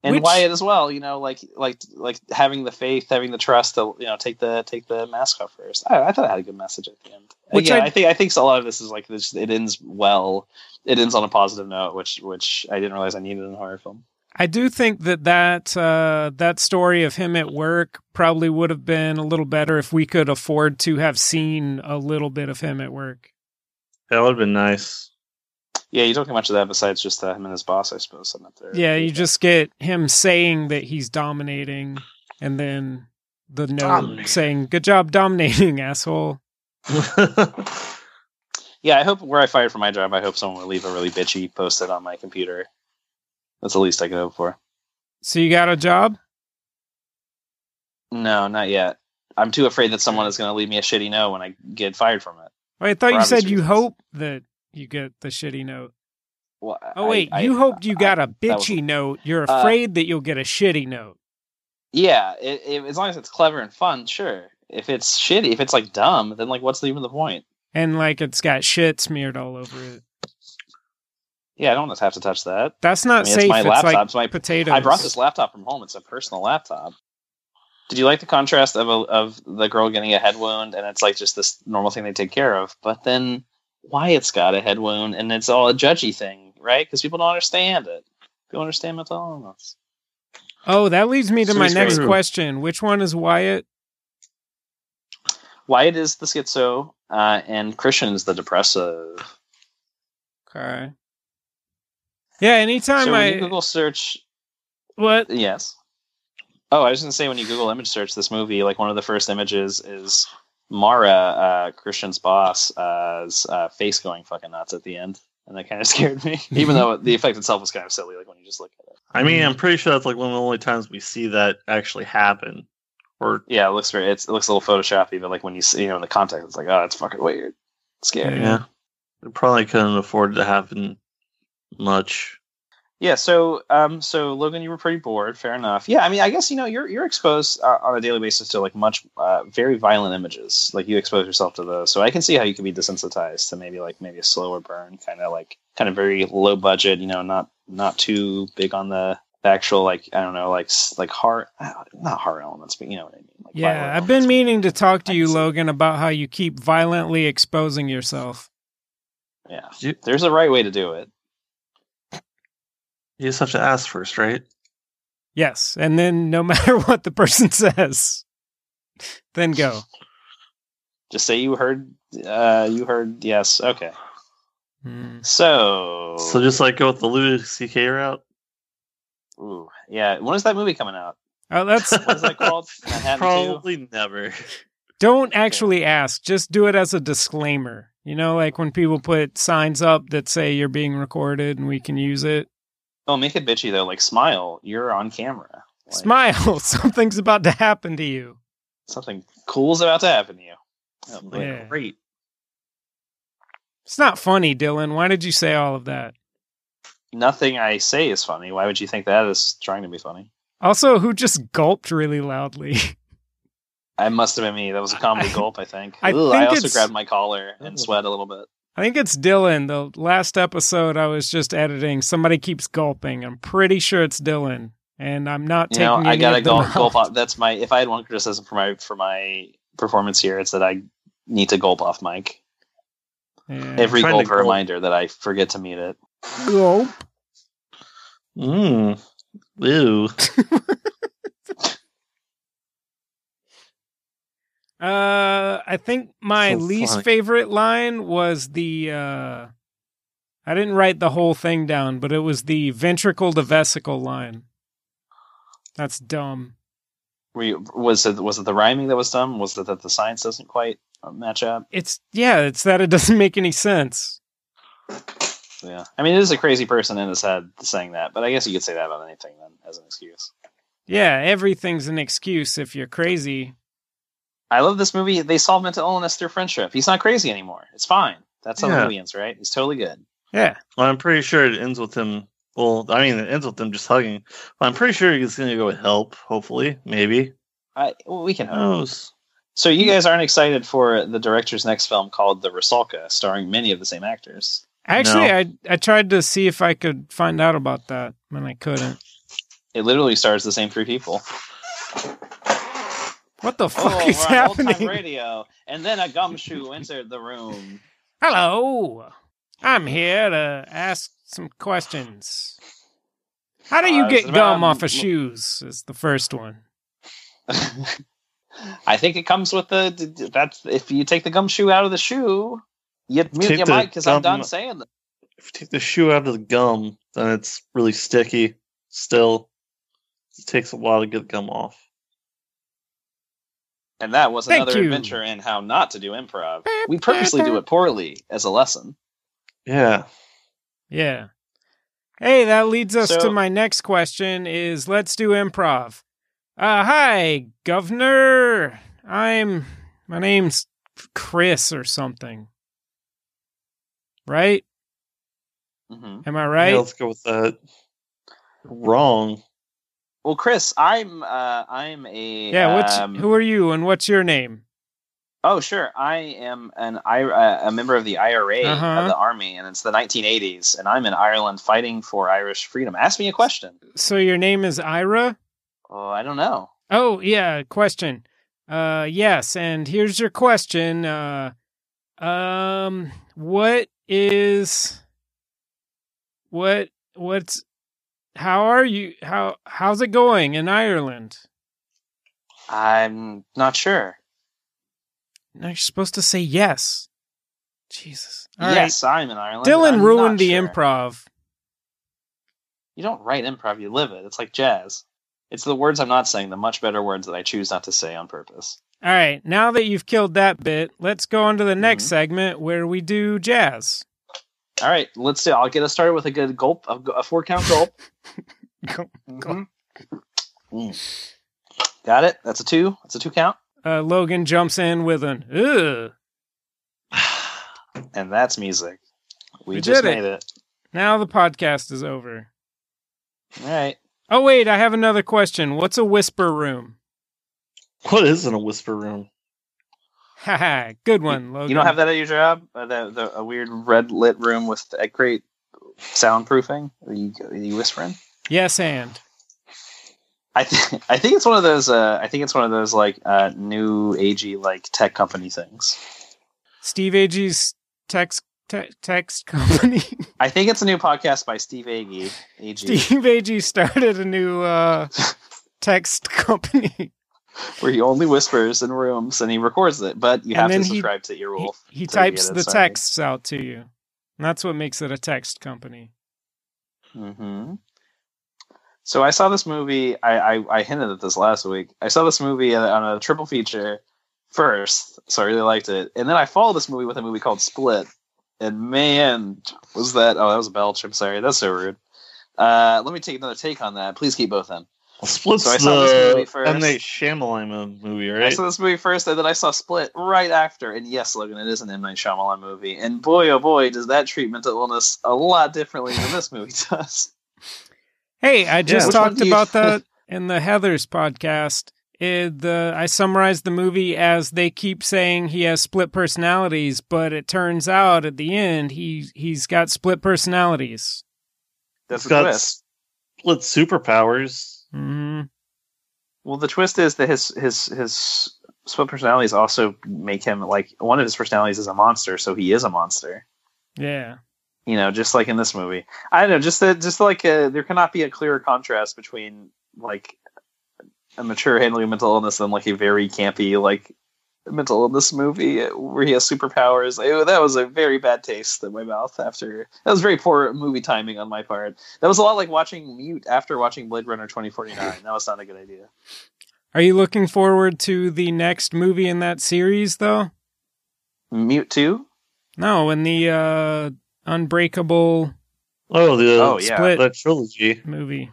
Speaker 2: and
Speaker 1: Which-
Speaker 2: Wyatt as well. You know, like like like having the faith, having the trust to you know take the take the mask off first. I, I thought I had a good message at the end.
Speaker 1: Which
Speaker 2: yeah,
Speaker 1: I-
Speaker 2: I, think I think a lot of this is like this. It ends well. It ends on a positive note, which which I didn't realize I needed in a horror film.
Speaker 1: I do think that that uh, that story of him at work probably would have been a little better if we could afford to have seen a little bit of him at work.
Speaker 3: That would have been nice. [laughs]
Speaker 2: Yeah, you don't get much of that besides just uh, him and his boss, I suppose, sitting up there.
Speaker 1: Yeah, you just get him saying that he's dominating, and then the note
Speaker 3: Dominating.
Speaker 1: saying "Good job dominating, [laughs] asshole."
Speaker 2: Yeah, I hope where I fired for my job, I hope someone will leave a really bitchy post-it on my computer. That's the least I could hope for.
Speaker 1: So you got a job?
Speaker 2: No, not yet. I'm too afraid that
Speaker 1: Hmm.
Speaker 2: someone is going to leave me a shitty no when I get fired from it.
Speaker 1: Wait, I thought
Speaker 2: For
Speaker 1: you said
Speaker 2: obvious
Speaker 1: you
Speaker 2: reasons.
Speaker 1: hope that you get the shitty note.
Speaker 2: Well,
Speaker 1: Oh
Speaker 2: I-
Speaker 1: wait,
Speaker 2: I-
Speaker 1: you hoped you got a
Speaker 2: was-
Speaker 1: bitchy note. You're
Speaker 2: Uh,
Speaker 1: afraid that you'll get a shitty note.
Speaker 2: Yeah, it, it, as long as it's clever and fun, sure. If it's shitty, if it's like dumb, then like what's even the point?
Speaker 1: And like it's got shit smeared all over it.
Speaker 2: Yeah, I don't want to have to touch that.
Speaker 1: That's
Speaker 2: I
Speaker 1: not
Speaker 2: mean, it's
Speaker 1: safe.
Speaker 2: my
Speaker 1: it's
Speaker 2: laptop.
Speaker 1: like
Speaker 2: it's my
Speaker 1: potatoes.
Speaker 2: I brought this laptop from home. It's a personal laptop. Did you like the contrast of a, of the girl getting a head wound and it's like just this normal thing they take care of? But then Wyatt's got a head wound and it's all a judgy thing, right? Because people don't understand it. People don't understand mental illness.
Speaker 1: Oh, that leads me to
Speaker 2: So
Speaker 1: my
Speaker 2: he's
Speaker 1: next
Speaker 3: very-
Speaker 1: question. Which one is Wyatt?
Speaker 2: Wyatt is the schizo, uh, and Christian is the depressive.
Speaker 1: Okay. Yeah, anytime
Speaker 2: so when you
Speaker 1: I
Speaker 2: Google search
Speaker 1: what
Speaker 2: Yes. Oh, I was going to say when you Google image search this movie, like one of the first images is Mara, uh, Christian's boss, uh's uh, face going fucking nuts at the end, and that kind of [laughs] scared me. Even though the effect itself was kind of silly, like when you just look at it.
Speaker 3: I mean, I'm pretty sure that's like one of the only times we see that actually happen. Or
Speaker 2: Yeah, it looks very. It's, it looks a little photoshoppy, but like when you see, you know, in the context, it's like, oh, that's fucking weird, scary.
Speaker 1: Yeah.
Speaker 3: yeah. they probably couldn't afford to happen much.
Speaker 2: Yeah, so um, so Logan, you were pretty bored. Fair enough. Yeah, I mean, I guess you know you're you're exposed uh, on a daily basis to like much uh, very violent images. Like you expose yourself to those, so I can see how you could be desensitized to maybe like maybe a slower burn, kind of like kind of very low budget. You know, not not too big on the actual like I don't know like s- like horror not horror elements, but you know what I mean. Like
Speaker 1: Yeah,
Speaker 2: violent
Speaker 1: I've been
Speaker 2: elements.
Speaker 1: meaning to talk to
Speaker 2: I
Speaker 1: you,
Speaker 2: can see.
Speaker 1: Logan, about how you keep violently exposing yourself.
Speaker 2: Yeah,
Speaker 3: You,
Speaker 2: there's a right way to do it.
Speaker 3: you just have to ask first, right?
Speaker 1: Yes, and then no [laughs] matter what the person says, then go.
Speaker 2: Just say you heard uh, you heard yes. Okay,
Speaker 1: Hmm.
Speaker 2: so
Speaker 3: So just like go with the Louis C.K. route.
Speaker 2: ooh, yeah. When is that movie coming out?
Speaker 1: Uh, that's
Speaker 2: What is
Speaker 1: [laughs]
Speaker 2: that called? Manhattan
Speaker 3: Probably never. [laughs]
Speaker 1: don't actually ask. Just do it as a disclaimer. You know, like when people put signs up that say you're being recorded and we can use it.
Speaker 2: Oh, make it bitchy though. Like smile. You're on camera. Like,
Speaker 1: Smile. [laughs] Something's about to happen to you.
Speaker 2: Something cool's about to happen to you. Oh, boy.
Speaker 1: Yeah.
Speaker 3: Great.
Speaker 1: It's not funny, Dylan. Why did you say all of that?
Speaker 2: Nothing I say is funny. Why would you think that is trying to be funny?
Speaker 1: Also, who just gulped really loudly? [laughs]
Speaker 2: I must have been me. That was a comedy
Speaker 1: I-
Speaker 2: gulp, I think.
Speaker 1: I
Speaker 2: Ooh,
Speaker 1: think
Speaker 2: I also
Speaker 1: it's-
Speaker 2: grabbed my collar and
Speaker 3: Oh.
Speaker 2: sweat a little bit.
Speaker 1: I think it's Dylan. The last episode I was just editing, somebody keeps gulping. I'm pretty sure it's Dylan, and I'm not
Speaker 2: You
Speaker 1: taking.
Speaker 2: know, I
Speaker 1: any
Speaker 2: gotta
Speaker 1: of them
Speaker 2: gulp.
Speaker 1: out.
Speaker 2: gulp off. That's my. If I had one criticism for my for my performance here, it's that I need to gulp off Mike.
Speaker 1: [laughs] Yeah.
Speaker 2: Every
Speaker 3: Trying to
Speaker 2: gulp, a
Speaker 3: gulp.
Speaker 2: reminder that I forget to meet it.
Speaker 1: gulp.
Speaker 3: Mm. Ew.
Speaker 1: Uh, I think my
Speaker 3: So
Speaker 1: least
Speaker 3: funny.
Speaker 1: favorite line was the. uh I didn't write the whole thing down, but it was the ventricle to vesicle line. That's dumb.
Speaker 2: Were you, was it was it the rhyming that was dumb? Was it that the science doesn't quite uh, match up?
Speaker 1: It's yeah, it's that it doesn't make any sense.
Speaker 2: Yeah, I mean, it is a crazy person in his head saying that, but I guess you could say that about anything then as an excuse.
Speaker 1: Yeah, everything's an excuse if you're crazy.
Speaker 2: I love this movie. They solve mental illness through friendship. He's not crazy anymore. It's fine. That's how the
Speaker 3: Yeah.
Speaker 2: movie ends, right? He's totally good.
Speaker 1: Yeah.
Speaker 3: Well, I'm pretty sure it ends with him. Well, I mean, it ends with them just hugging. But I'm pretty sure he's going to go with help, hopefully. Maybe.
Speaker 2: I well, we can
Speaker 3: Who
Speaker 2: hope.
Speaker 1: Oh.
Speaker 3: knows?
Speaker 2: So you guys aren't excited for the director's next film called The Rusalka, starring many of the same actors.
Speaker 1: Actually,
Speaker 3: No.
Speaker 1: I I tried to see if I could find out about that, and I couldn't.
Speaker 2: It literally stars the same three people.
Speaker 1: What the fuck
Speaker 2: oh,
Speaker 1: is
Speaker 2: we're on old time
Speaker 1: happening?
Speaker 2: radio, and then a gumshoe entered the room.
Speaker 1: Hello. I'm here to ask some questions. How do you
Speaker 2: Uh,
Speaker 1: get
Speaker 2: it's
Speaker 1: gum
Speaker 2: about-
Speaker 1: off of shoes? Is the first one.
Speaker 2: [laughs] I think it comes with the d- d- that's if you take the gumshoe out of the shoe, you mute
Speaker 3: Take
Speaker 2: your
Speaker 3: the
Speaker 2: mic because I'm
Speaker 3: gum-
Speaker 2: done saying that.
Speaker 3: If you take the shoe out of the gum, then it's really sticky. Still, it takes a while to get the gum off.
Speaker 2: And that was
Speaker 1: Thank
Speaker 2: another
Speaker 1: you.
Speaker 2: adventure in how not to do improv. We purposely do it poorly as a lesson.
Speaker 3: Yeah.
Speaker 1: Yeah. Hey, that leads us to
Speaker 2: So-
Speaker 1: my next question is let's do improv. Uh hi, governor. I'm my name's Chris or something. Right?
Speaker 2: hmm
Speaker 1: Am I
Speaker 3: Yeah,
Speaker 1: right?
Speaker 3: let's go with that. Wrong. [sighs]
Speaker 2: Well, Chris, I'm uh, I'm a
Speaker 1: Yeah, what's
Speaker 2: um,
Speaker 1: who are you and what's your name?
Speaker 2: oh sure I am an I uh, a member of the IRA
Speaker 1: Uh-huh.
Speaker 2: of the army, and it's the 1980s, and I'm in Ireland fighting for Irish freedom. Ask me a question.
Speaker 1: So your name is Ira?
Speaker 2: Oh, I don't know.
Speaker 1: Oh, yeah, question. Uh yes, and here's your question. Uh um what is what what's how are you how how's it going in Ireland?
Speaker 2: I'm not sure.
Speaker 1: Now you're supposed to say yes. Jesus. All right.
Speaker 2: yes, I'm in Ireland.
Speaker 1: Dylan
Speaker 2: I'm not
Speaker 1: ruined the
Speaker 2: sure.
Speaker 1: improv.
Speaker 2: You don't write improv, you live it. It's like jazz. It's the words I'm not saying, the much better words that I choose not to say on purpose.
Speaker 1: All right, now that you've killed that bit, let's go on to the next
Speaker 2: Mhm.
Speaker 1: segment where we do jazz.
Speaker 2: All right, let's do. I'll get us started with a good gulp, a, a four count gulp.
Speaker 1: [laughs] Gulp,
Speaker 2: Mhm. Mm. Got it. That's a two. That's a two count.
Speaker 1: Uh, Logan jumps in with an ugh.
Speaker 2: And that's music. We,
Speaker 1: We
Speaker 2: just
Speaker 1: did it.
Speaker 2: made it.
Speaker 1: Now the podcast is over.
Speaker 2: All right.
Speaker 1: Oh wait, I have another question. What's a whisper room? [laughs]
Speaker 3: What is in a whisper room?
Speaker 1: Haha, good one, Logan.
Speaker 2: You don't have that at your job? Uh, the, the, a weird red lit room with a great soundproofing? Are you, are you whispering?
Speaker 1: Yes, and
Speaker 2: I th- [laughs] I think it's one of those. Uh, I think it's one of those like uh, new agey like tech company things.
Speaker 1: Steve Agee's text te- text company. [laughs]
Speaker 2: I think it's a new podcast by Steve Agee. Agee.
Speaker 1: Steve Agee started a new
Speaker 2: [laughs]
Speaker 1: uh, text company.
Speaker 2: where he only whispers in rooms and he records it, but you
Speaker 1: And
Speaker 2: have
Speaker 1: then
Speaker 2: to
Speaker 1: he-
Speaker 2: subscribe to Earwolf.
Speaker 1: He, he
Speaker 2: to get
Speaker 1: types
Speaker 2: it,
Speaker 1: the
Speaker 2: sorry.
Speaker 1: texts out to you. And that's what makes it a text company.
Speaker 2: hmm So I saw this movie. I, I I hinted at this last week. I saw this movie on- on a triple feature first, so I really liked it, and then I followed this movie with a movie called Split. And man, was that? Oh, that was a belch. I'm sorry. That's so rude. Uh, let me take another take on that. Please keep both in.
Speaker 3: Split's
Speaker 2: So I saw this movie
Speaker 3: the
Speaker 2: first.
Speaker 3: M. Night Shyamalan movie,
Speaker 2: I
Speaker 3: right?
Speaker 2: saw this movie first, and then I saw Split right after. And yes, Logan, it is an M Night Shyamalan movie, and boy, oh boy, does that treat mental illness a lot differently than this movie [laughs] does.
Speaker 1: Hey, I just
Speaker 2: Which one
Speaker 1: talked
Speaker 2: do you-
Speaker 1: about that in the Heather's podcast. It, the I summarized the movie as they keep saying he has split personalities, but it turns out at the end he he's got split personalities.
Speaker 2: That's
Speaker 3: It's
Speaker 2: the
Speaker 3: got
Speaker 2: twist.
Speaker 3: Split superpowers.
Speaker 1: hmm
Speaker 2: Well, the twist is that his his his split personalities also make him like one of his personalities is a monster, so he is a monster.
Speaker 1: Yeah,
Speaker 2: you know, just like in this movie. I don't know, just that, just like uh there cannot be a clearer contrast between like a mature handling of mental illness and like a very campy like mental illness movie where he has superpowers. Oh, that was a very bad taste in my mouth after that was very poor movie timing on my part. That was a lot like watching Mute after watching Blade Runner twenty forty nine. That was not a good idea.
Speaker 1: are you looking forward to the next movie in that series though?
Speaker 2: Mute two?
Speaker 1: No, in the uh, Unbreakable
Speaker 3: Oh, the
Speaker 2: Oh yeah.
Speaker 1: Split
Speaker 3: that trilogy.
Speaker 1: movie.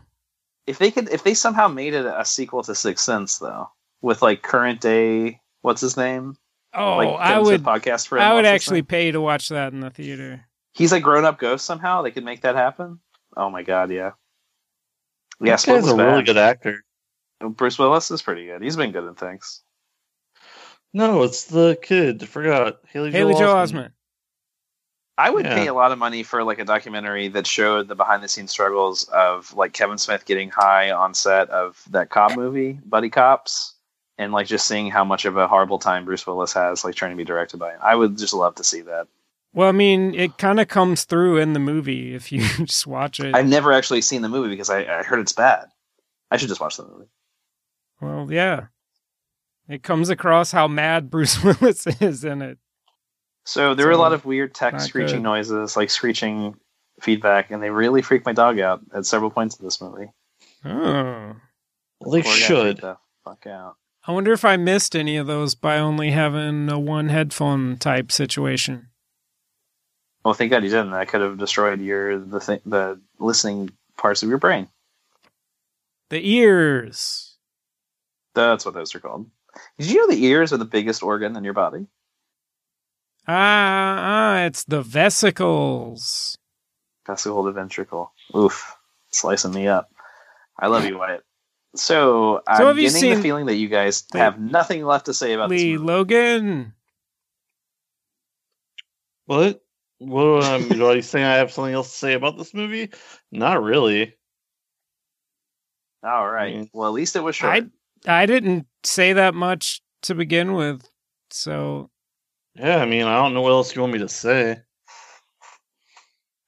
Speaker 2: If they could if they somehow made it a sequel to Sixth Sense though, with like current day what's his name?
Speaker 1: Oh,
Speaker 2: like,
Speaker 1: I
Speaker 2: Kevin said
Speaker 1: would
Speaker 2: podcast for him,
Speaker 1: I would
Speaker 2: what's his
Speaker 1: actually
Speaker 2: name?
Speaker 1: pay to watch that in the theater.
Speaker 2: He's a grown up ghost somehow. They could make that happen. Oh my god, yeah. Yeah,
Speaker 3: This
Speaker 2: Split
Speaker 3: guy's
Speaker 2: was
Speaker 3: a
Speaker 2: bad.
Speaker 3: really good actor.
Speaker 2: Bruce Willis is pretty good. He's been good in things.
Speaker 3: No, it's the kid. I forgot. Haley,
Speaker 1: Haley
Speaker 3: Joel
Speaker 1: Joel
Speaker 3: Osment.
Speaker 1: Osment.
Speaker 2: I would
Speaker 3: Yeah.
Speaker 2: pay a lot of money for like a documentary that showed the behind the scenes struggles of like Kevin Smith getting high on set of that cop movie, Buddy Cops, and like just seeing how much of a horrible time Bruce Willis has like trying to be directed by him. I would just love to see that.
Speaker 1: Well, I mean, it kind of comes through in the movie if you [laughs] just watch it.
Speaker 2: I've never actually seen the movie because I, I heard it's bad. I should just watch the movie.
Speaker 1: Well, yeah. It comes across how mad [laughs] Bruce Willis is in it.
Speaker 2: So there were a lot of weird tech
Speaker 1: Not
Speaker 2: screeching
Speaker 1: good.
Speaker 2: noises, like screeching feedback, and they really freaked my dog out at several points in this movie.
Speaker 1: Oh.
Speaker 3: Well, they
Speaker 2: Poor guy
Speaker 3: should.
Speaker 2: freaked the fuck out.
Speaker 1: I wonder if I missed any of those by only having a one headphone type situation.
Speaker 2: Well, thank God you didn't. That could have destroyed your the th- the listening parts of your brain.
Speaker 1: The ears.
Speaker 2: That's what those are called. Did you know the ears are the biggest organ in your body?
Speaker 1: Ah, ah, it's the vesicles.
Speaker 2: Vesicle to ventricle. Oof, slicing me up. I love you, Wyatt. So, I'm
Speaker 1: have you
Speaker 2: getting
Speaker 1: seen-
Speaker 2: the feeling that you guys
Speaker 1: Wait.
Speaker 2: have nothing left to say about this.
Speaker 1: Lee
Speaker 2: movie.
Speaker 1: Logan.
Speaker 3: What? What um, you already saying? I have something else to say about this movie? Not really.
Speaker 2: All right.
Speaker 3: Mm.
Speaker 2: Well, at least it was short.
Speaker 1: I- I didn't say that much to begin with, so
Speaker 3: Yeah, I mean, I don't know what else you want me to say.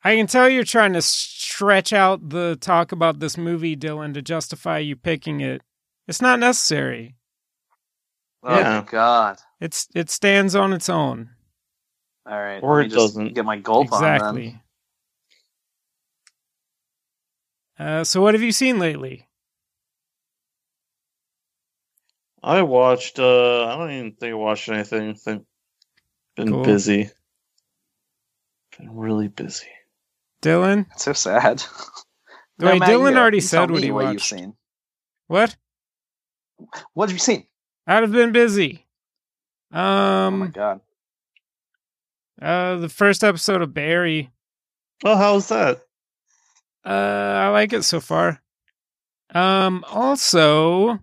Speaker 1: I can tell you're trying to stretch out the talk about this movie, Dylan, to justify you picking it. It's not necessary.
Speaker 2: oh
Speaker 3: yeah.
Speaker 2: God.
Speaker 1: It's it stands on its own.
Speaker 2: All right.
Speaker 3: Or
Speaker 2: let
Speaker 3: it
Speaker 2: me just
Speaker 3: doesn't.
Speaker 2: Get my gulp on. Then.
Speaker 1: exactly. Uh, so what have you seen lately?
Speaker 3: I watched. uh I don't even think I watched anything. I think been
Speaker 1: Cool.
Speaker 3: busy. Been really busy.
Speaker 1: Dylan?
Speaker 2: It's so sad. [laughs] No,
Speaker 1: Wait,
Speaker 2: Matt, you
Speaker 1: Dylan
Speaker 2: go.
Speaker 1: already
Speaker 2: You tell
Speaker 1: said what
Speaker 2: me
Speaker 1: he
Speaker 2: what
Speaker 1: watched.
Speaker 2: You've seen.
Speaker 1: What?
Speaker 2: What have you seen?
Speaker 1: I'd have been busy.
Speaker 2: oh my
Speaker 1: Um
Speaker 2: God.
Speaker 1: uh the first episode of Barry.
Speaker 3: Well, how's that?
Speaker 1: Uh I like it so far. Um also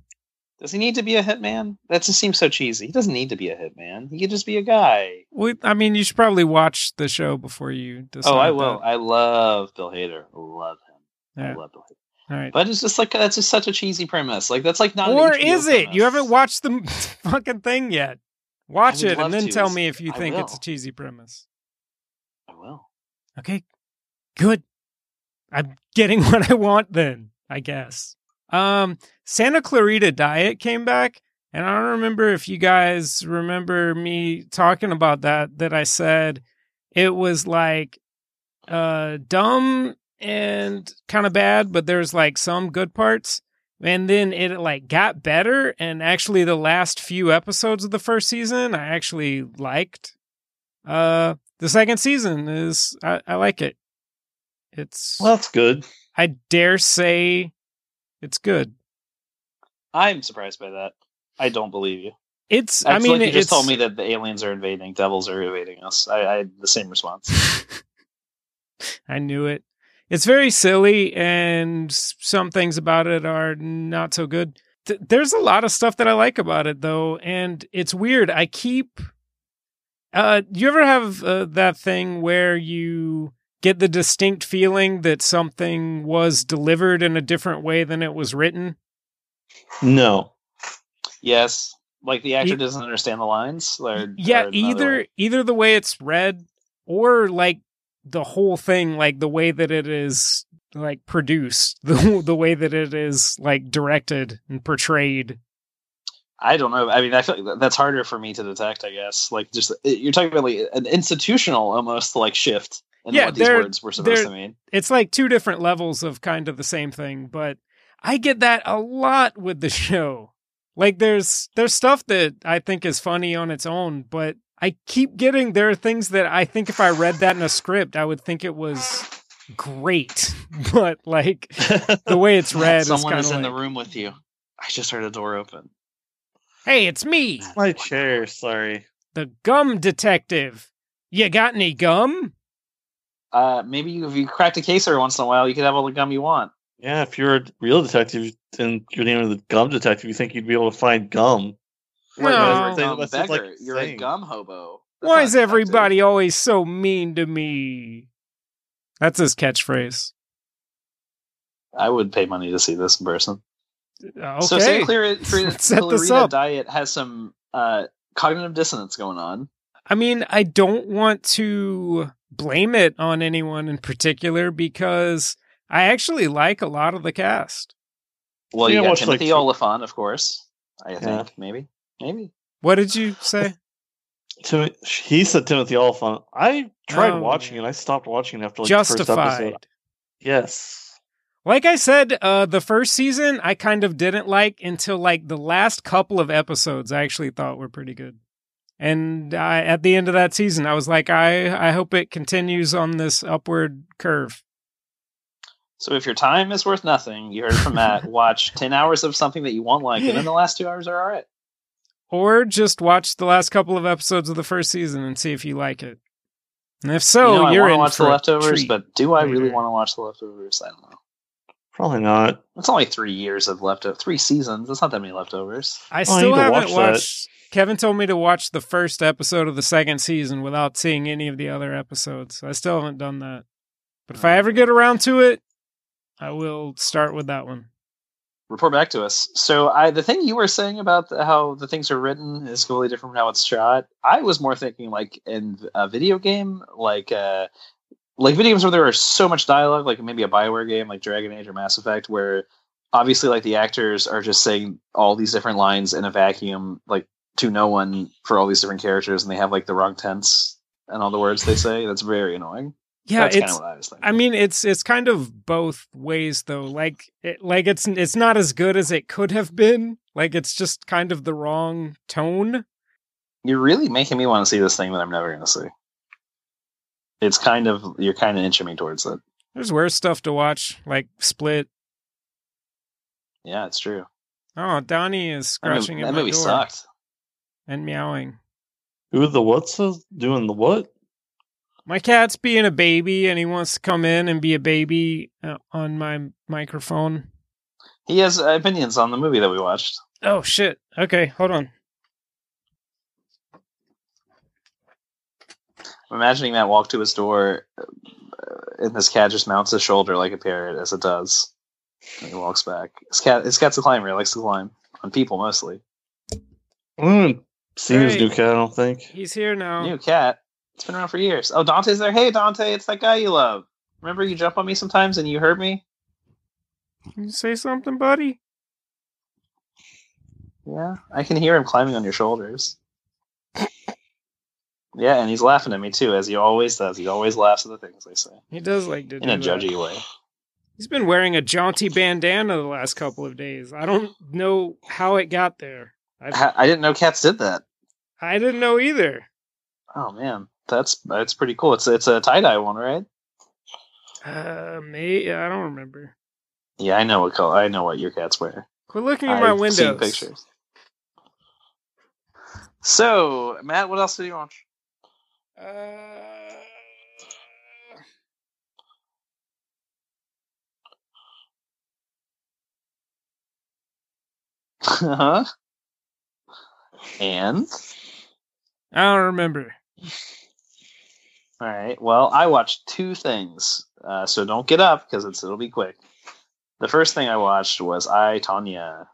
Speaker 2: Does he need to be a hitman? That just seems so cheesy. He doesn't need to be a hitman. He could just be a guy.
Speaker 1: we, I mean you should probably watch the show before you decide.
Speaker 2: oh, I
Speaker 1: that.
Speaker 2: will. I love Bill Hader. Love him.
Speaker 1: Yeah.
Speaker 2: I love Bill Hader.
Speaker 1: All right.
Speaker 2: But it's just like uh, that's just such a cheesy premise. Like that's like not. an
Speaker 1: or
Speaker 2: HBO
Speaker 1: is it? You
Speaker 2: premise.
Speaker 1: haven't watched the [laughs] fucking thing yet. Watch
Speaker 2: I would
Speaker 1: it and
Speaker 2: love
Speaker 1: then
Speaker 2: to.
Speaker 1: tell me if you
Speaker 2: I
Speaker 1: think it's a
Speaker 2: will.
Speaker 1: cheesy premise.
Speaker 2: I will.
Speaker 1: Okay, good. I'm getting [laughs] what I want then, I guess. Um, Santa Clarita Diet came back, and I don't remember if you guys remember me talking about that. That I said it was like uh dumb and kind of bad, but there's like some good parts. And then it like got better, and actually the last few episodes of the first season I actually liked. Uh, the second season is I, I like it. It's
Speaker 3: Well, that's good.
Speaker 1: I dare say it's good.
Speaker 2: I'm surprised by that. I don't believe you.
Speaker 1: It's I
Speaker 2: That's
Speaker 1: mean
Speaker 2: like you
Speaker 1: it's
Speaker 2: just told me that the aliens are invading, devils are invading us. I, I had the same response.
Speaker 1: [laughs] I knew it. It's very silly, and s- some things about it are not so good. Th- there's a lot of stuff that I like about it, though, and it's weird. I keep. Uh, you ever have uh, that thing where you get the distinct feeling that something was delivered in a different way than it was written?
Speaker 3: No. [laughs]
Speaker 2: Yes, like the actor
Speaker 1: Ye-
Speaker 2: doesn't understand the lines. Or,
Speaker 1: yeah
Speaker 2: or another
Speaker 1: either
Speaker 2: way.
Speaker 1: either the way it's read or like the whole thing like the way that it is like produced [laughs] the the way that it is like directed and portrayed
Speaker 2: I don't know. I mean, I feel like that's harder for me to detect. I guess like just uh, you're talking about like an institutional almost like shift in
Speaker 1: Yeah,
Speaker 2: what these
Speaker 1: they're-
Speaker 2: words were supposed
Speaker 1: they're-
Speaker 2: to mean.
Speaker 1: it's like two different levels of kind of the same thing but i get that a lot with the [laughs] show like there's there's stuff that i think is funny on its own but i keep getting there are things that i think if i read that in a script i would think it was great [laughs] but like the way [laughs]
Speaker 2: [laughs]
Speaker 1: it's read is
Speaker 2: Someone
Speaker 1: kind
Speaker 2: is,
Speaker 1: of
Speaker 2: in
Speaker 1: like,
Speaker 2: the room with you. I just heard a door open.
Speaker 1: Hey, it's me,
Speaker 3: My chair. Sorry.
Speaker 1: the gum detective. You got any gum?
Speaker 2: Uh, maybe you- if you cracked a case every once in a while, you could have all the gum you want.
Speaker 3: Yeah, if you're a real detective and your name is the gum detective, you think you'd be able to find gum.
Speaker 1: No.
Speaker 2: Like, you're a
Speaker 3: That's
Speaker 2: gum
Speaker 3: just like
Speaker 2: beggar. You're a
Speaker 3: saying-
Speaker 2: gum hobo.
Speaker 1: [laughs] Why is everybody always so mean to me? That's his catchphrase.
Speaker 2: I would pay money to see this in person.
Speaker 1: Uh, Okay.
Speaker 2: So
Speaker 1: [laughs]
Speaker 2: Santa Clara,
Speaker 1: Let's set this up.
Speaker 2: diet has some uh, cognitive dissonance going on.
Speaker 1: I mean, I don't want to blame it on anyone in particular because I actually like a lot of the cast.
Speaker 2: Well,
Speaker 3: Yeah,
Speaker 2: you got
Speaker 3: watch, like,
Speaker 2: Timothy
Speaker 3: two-
Speaker 2: Oliphant, of course. I think
Speaker 3: Yeah.
Speaker 2: maybe, maybe.
Speaker 1: What did
Speaker 2: [laughs]
Speaker 1: you say?
Speaker 3: Tim- he said Timothy Oliphant. I tried
Speaker 1: Oh.
Speaker 3: watching it. I stopped watching after like the first
Speaker 1: Justified.
Speaker 3: episode. Yes.
Speaker 1: Like I said, uh, the first season I kind of didn't like until like the last couple of episodes I actually thought were pretty good. And I, at the end of that season, I was like, I, I hope it continues on this upward curve.
Speaker 2: So if your time is worth nothing, you heard
Speaker 1: [laughs]
Speaker 2: from Matt. watch ten hours of something that you won't like, and then the last two hours are all right.
Speaker 1: Or just watch the last couple of episodes of the first season and see if you like it. And if
Speaker 2: You
Speaker 1: so,
Speaker 2: know, I
Speaker 1: Oh, you're
Speaker 2: wanna
Speaker 1: in
Speaker 2: watch
Speaker 1: for
Speaker 2: the
Speaker 1: a
Speaker 2: leftovers,
Speaker 1: treat.
Speaker 2: but do I really
Speaker 1: later.
Speaker 2: want to watch the leftovers? I don't know.
Speaker 3: Probably not.
Speaker 2: It's only three years of leftover, three seasons. That's not that many leftovers.
Speaker 1: I
Speaker 3: Well, I
Speaker 1: still
Speaker 3: need to
Speaker 1: haven't
Speaker 3: watch that.
Speaker 1: watched. Kevin told me to watch the first episode of the second season without seeing any of the other episodes. I still haven't done that. But
Speaker 2: Oh.
Speaker 1: if I ever get around to it, I will start with that one.
Speaker 2: Report back to us. So I, the thing you were saying about the, how the things are written is completely different from how it's shot. I was more thinking like in a video game, like uh, like video games where there are so much dialogue, like maybe a Bioware game, like Dragon Age or Mass Effect, where obviously like the actors are just saying all these different lines in a vacuum, like to no one for all these different characters, and they have like the wrong tense and all the words they say. That's very annoying.
Speaker 1: Yeah,
Speaker 2: That's kind
Speaker 1: it's
Speaker 2: of what I was thinking.
Speaker 1: I mean, it's it's kind of both ways though. Like it, like it's it's not as good as it could have been. Like it's just kind of the wrong tone.
Speaker 2: you're really making me want to see this thing that I'm never going to see. It's kind of you're kind of inching me towards it.
Speaker 1: There's worse stuff to watch, like Split.
Speaker 2: Yeah, it's true.
Speaker 1: Oh, Donnie is
Speaker 2: That
Speaker 1: scratching
Speaker 2: movie,
Speaker 1: at
Speaker 2: that
Speaker 1: my
Speaker 2: movie
Speaker 1: door
Speaker 2: sucked.
Speaker 1: and meowing.
Speaker 3: Who the what's is doing the what?
Speaker 1: My cat's being a baby and he wants to come in and be a baby uh, on my m- microphone.
Speaker 2: He has uh, opinions on the movie that we watched.
Speaker 1: Oh shit. Okay, hold on.
Speaker 2: I'm imagining Matt walk to his door, uh, and this cat just mounts his shoulder like a parrot, as it does. And he walks back. His cat, his cat's a climber. He likes to climb on people mostly.
Speaker 3: I haven't seen his
Speaker 1: Right.
Speaker 3: new cat, I don't think.
Speaker 1: He's here now.
Speaker 2: New cat. It's been around for years. Oh, Dante's there. Hey, Dante, it's that guy you love. Remember you jump on me sometimes and you hurt me?
Speaker 1: Can you say something, buddy?
Speaker 2: Yeah, I can hear him climbing on your shoulders. yeah, and he's laughing at me too, as he always does. He always laughs at the things I say
Speaker 1: He does like to
Speaker 2: in
Speaker 1: do uh,
Speaker 2: a
Speaker 1: that.
Speaker 2: judgy way.
Speaker 1: He's been wearing a jaunty bandana the last couple of days. I don't know how it got there. I,
Speaker 2: I I didn't know cats did that.
Speaker 1: I didn't know either.
Speaker 2: Oh man, that's that's pretty cool. It's it's a tie dye one, right?
Speaker 1: Uh, may I don't remember.
Speaker 2: Yeah, I know what color. I know what your cats wear.
Speaker 1: Quit looking at my
Speaker 2: I've
Speaker 1: windows.
Speaker 2: seen pictures. So Matt, what else did you [laughs] watch?
Speaker 1: Uh,
Speaker 2: huh? Uh-huh. And
Speaker 1: I don't remember.
Speaker 2: all right, well, I watched two things, uh, so don't get up because it's it'll be quick. The first thing I watched was I Tanya.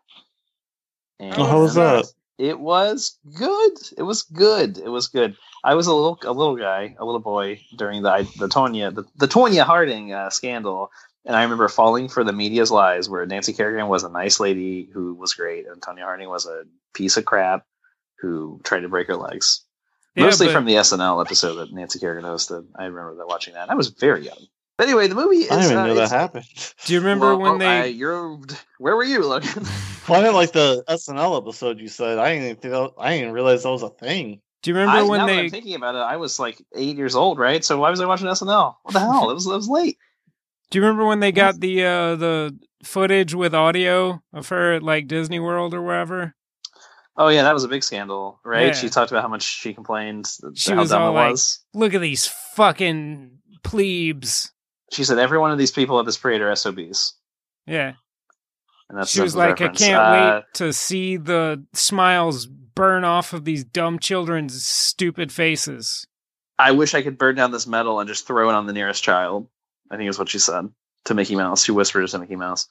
Speaker 2: And
Speaker 3: Oh, how was that?
Speaker 2: It was good. It was good. It was good. I was a little a little guy, a little boy during the the Tonya the, the Tonya Harding uh, scandal, and I remember falling for the media's lies where Nancy Kerrigan was a nice lady who was great, and Tonya Harding was a piece of crap who tried to break her legs. Mostly
Speaker 1: yeah, but
Speaker 2: from the SNL episode that Nancy Kerrigan hosted. I remember that watching that. I was very young. But anyway, the movie is.
Speaker 3: I didn't
Speaker 2: uh,
Speaker 3: even know that
Speaker 2: it's-
Speaker 3: happened.
Speaker 1: Do you remember
Speaker 2: Well, oh,
Speaker 1: when they?
Speaker 2: I- you're, where were you, Logan?
Speaker 3: Well, I meant like the SNL episode you said. I didn't think that, I didn't realize that was a thing.
Speaker 1: do you remember
Speaker 2: I- now
Speaker 1: when
Speaker 2: that I'm
Speaker 1: they?
Speaker 2: thinking about it, I was like eight years old, right? So why was I watching SNL? What the hell? It was it was late.
Speaker 1: Do you remember when they got the uh, the footage with audio of her at like Disney World or wherever?
Speaker 2: Oh yeah, that was a big scandal, right?
Speaker 1: Yeah.
Speaker 2: She talked about how much she complained,
Speaker 1: She
Speaker 2: how
Speaker 1: was
Speaker 2: dumb
Speaker 1: all
Speaker 2: it
Speaker 1: like-
Speaker 2: was.
Speaker 1: Look at these fucking plebes.
Speaker 2: She said every one of these people at this parade are SOBs,
Speaker 1: Yeah,
Speaker 2: and that's
Speaker 1: she was
Speaker 2: that's the
Speaker 1: like,
Speaker 2: reference.
Speaker 1: I can't
Speaker 2: Uh,
Speaker 1: wait to see the smiles burn off of these dumb children's stupid faces.
Speaker 2: I wish I could burn down this metal and just throw it on the nearest child. I think is what she said to Mickey Mouse, who whispers to Mickey Mouse.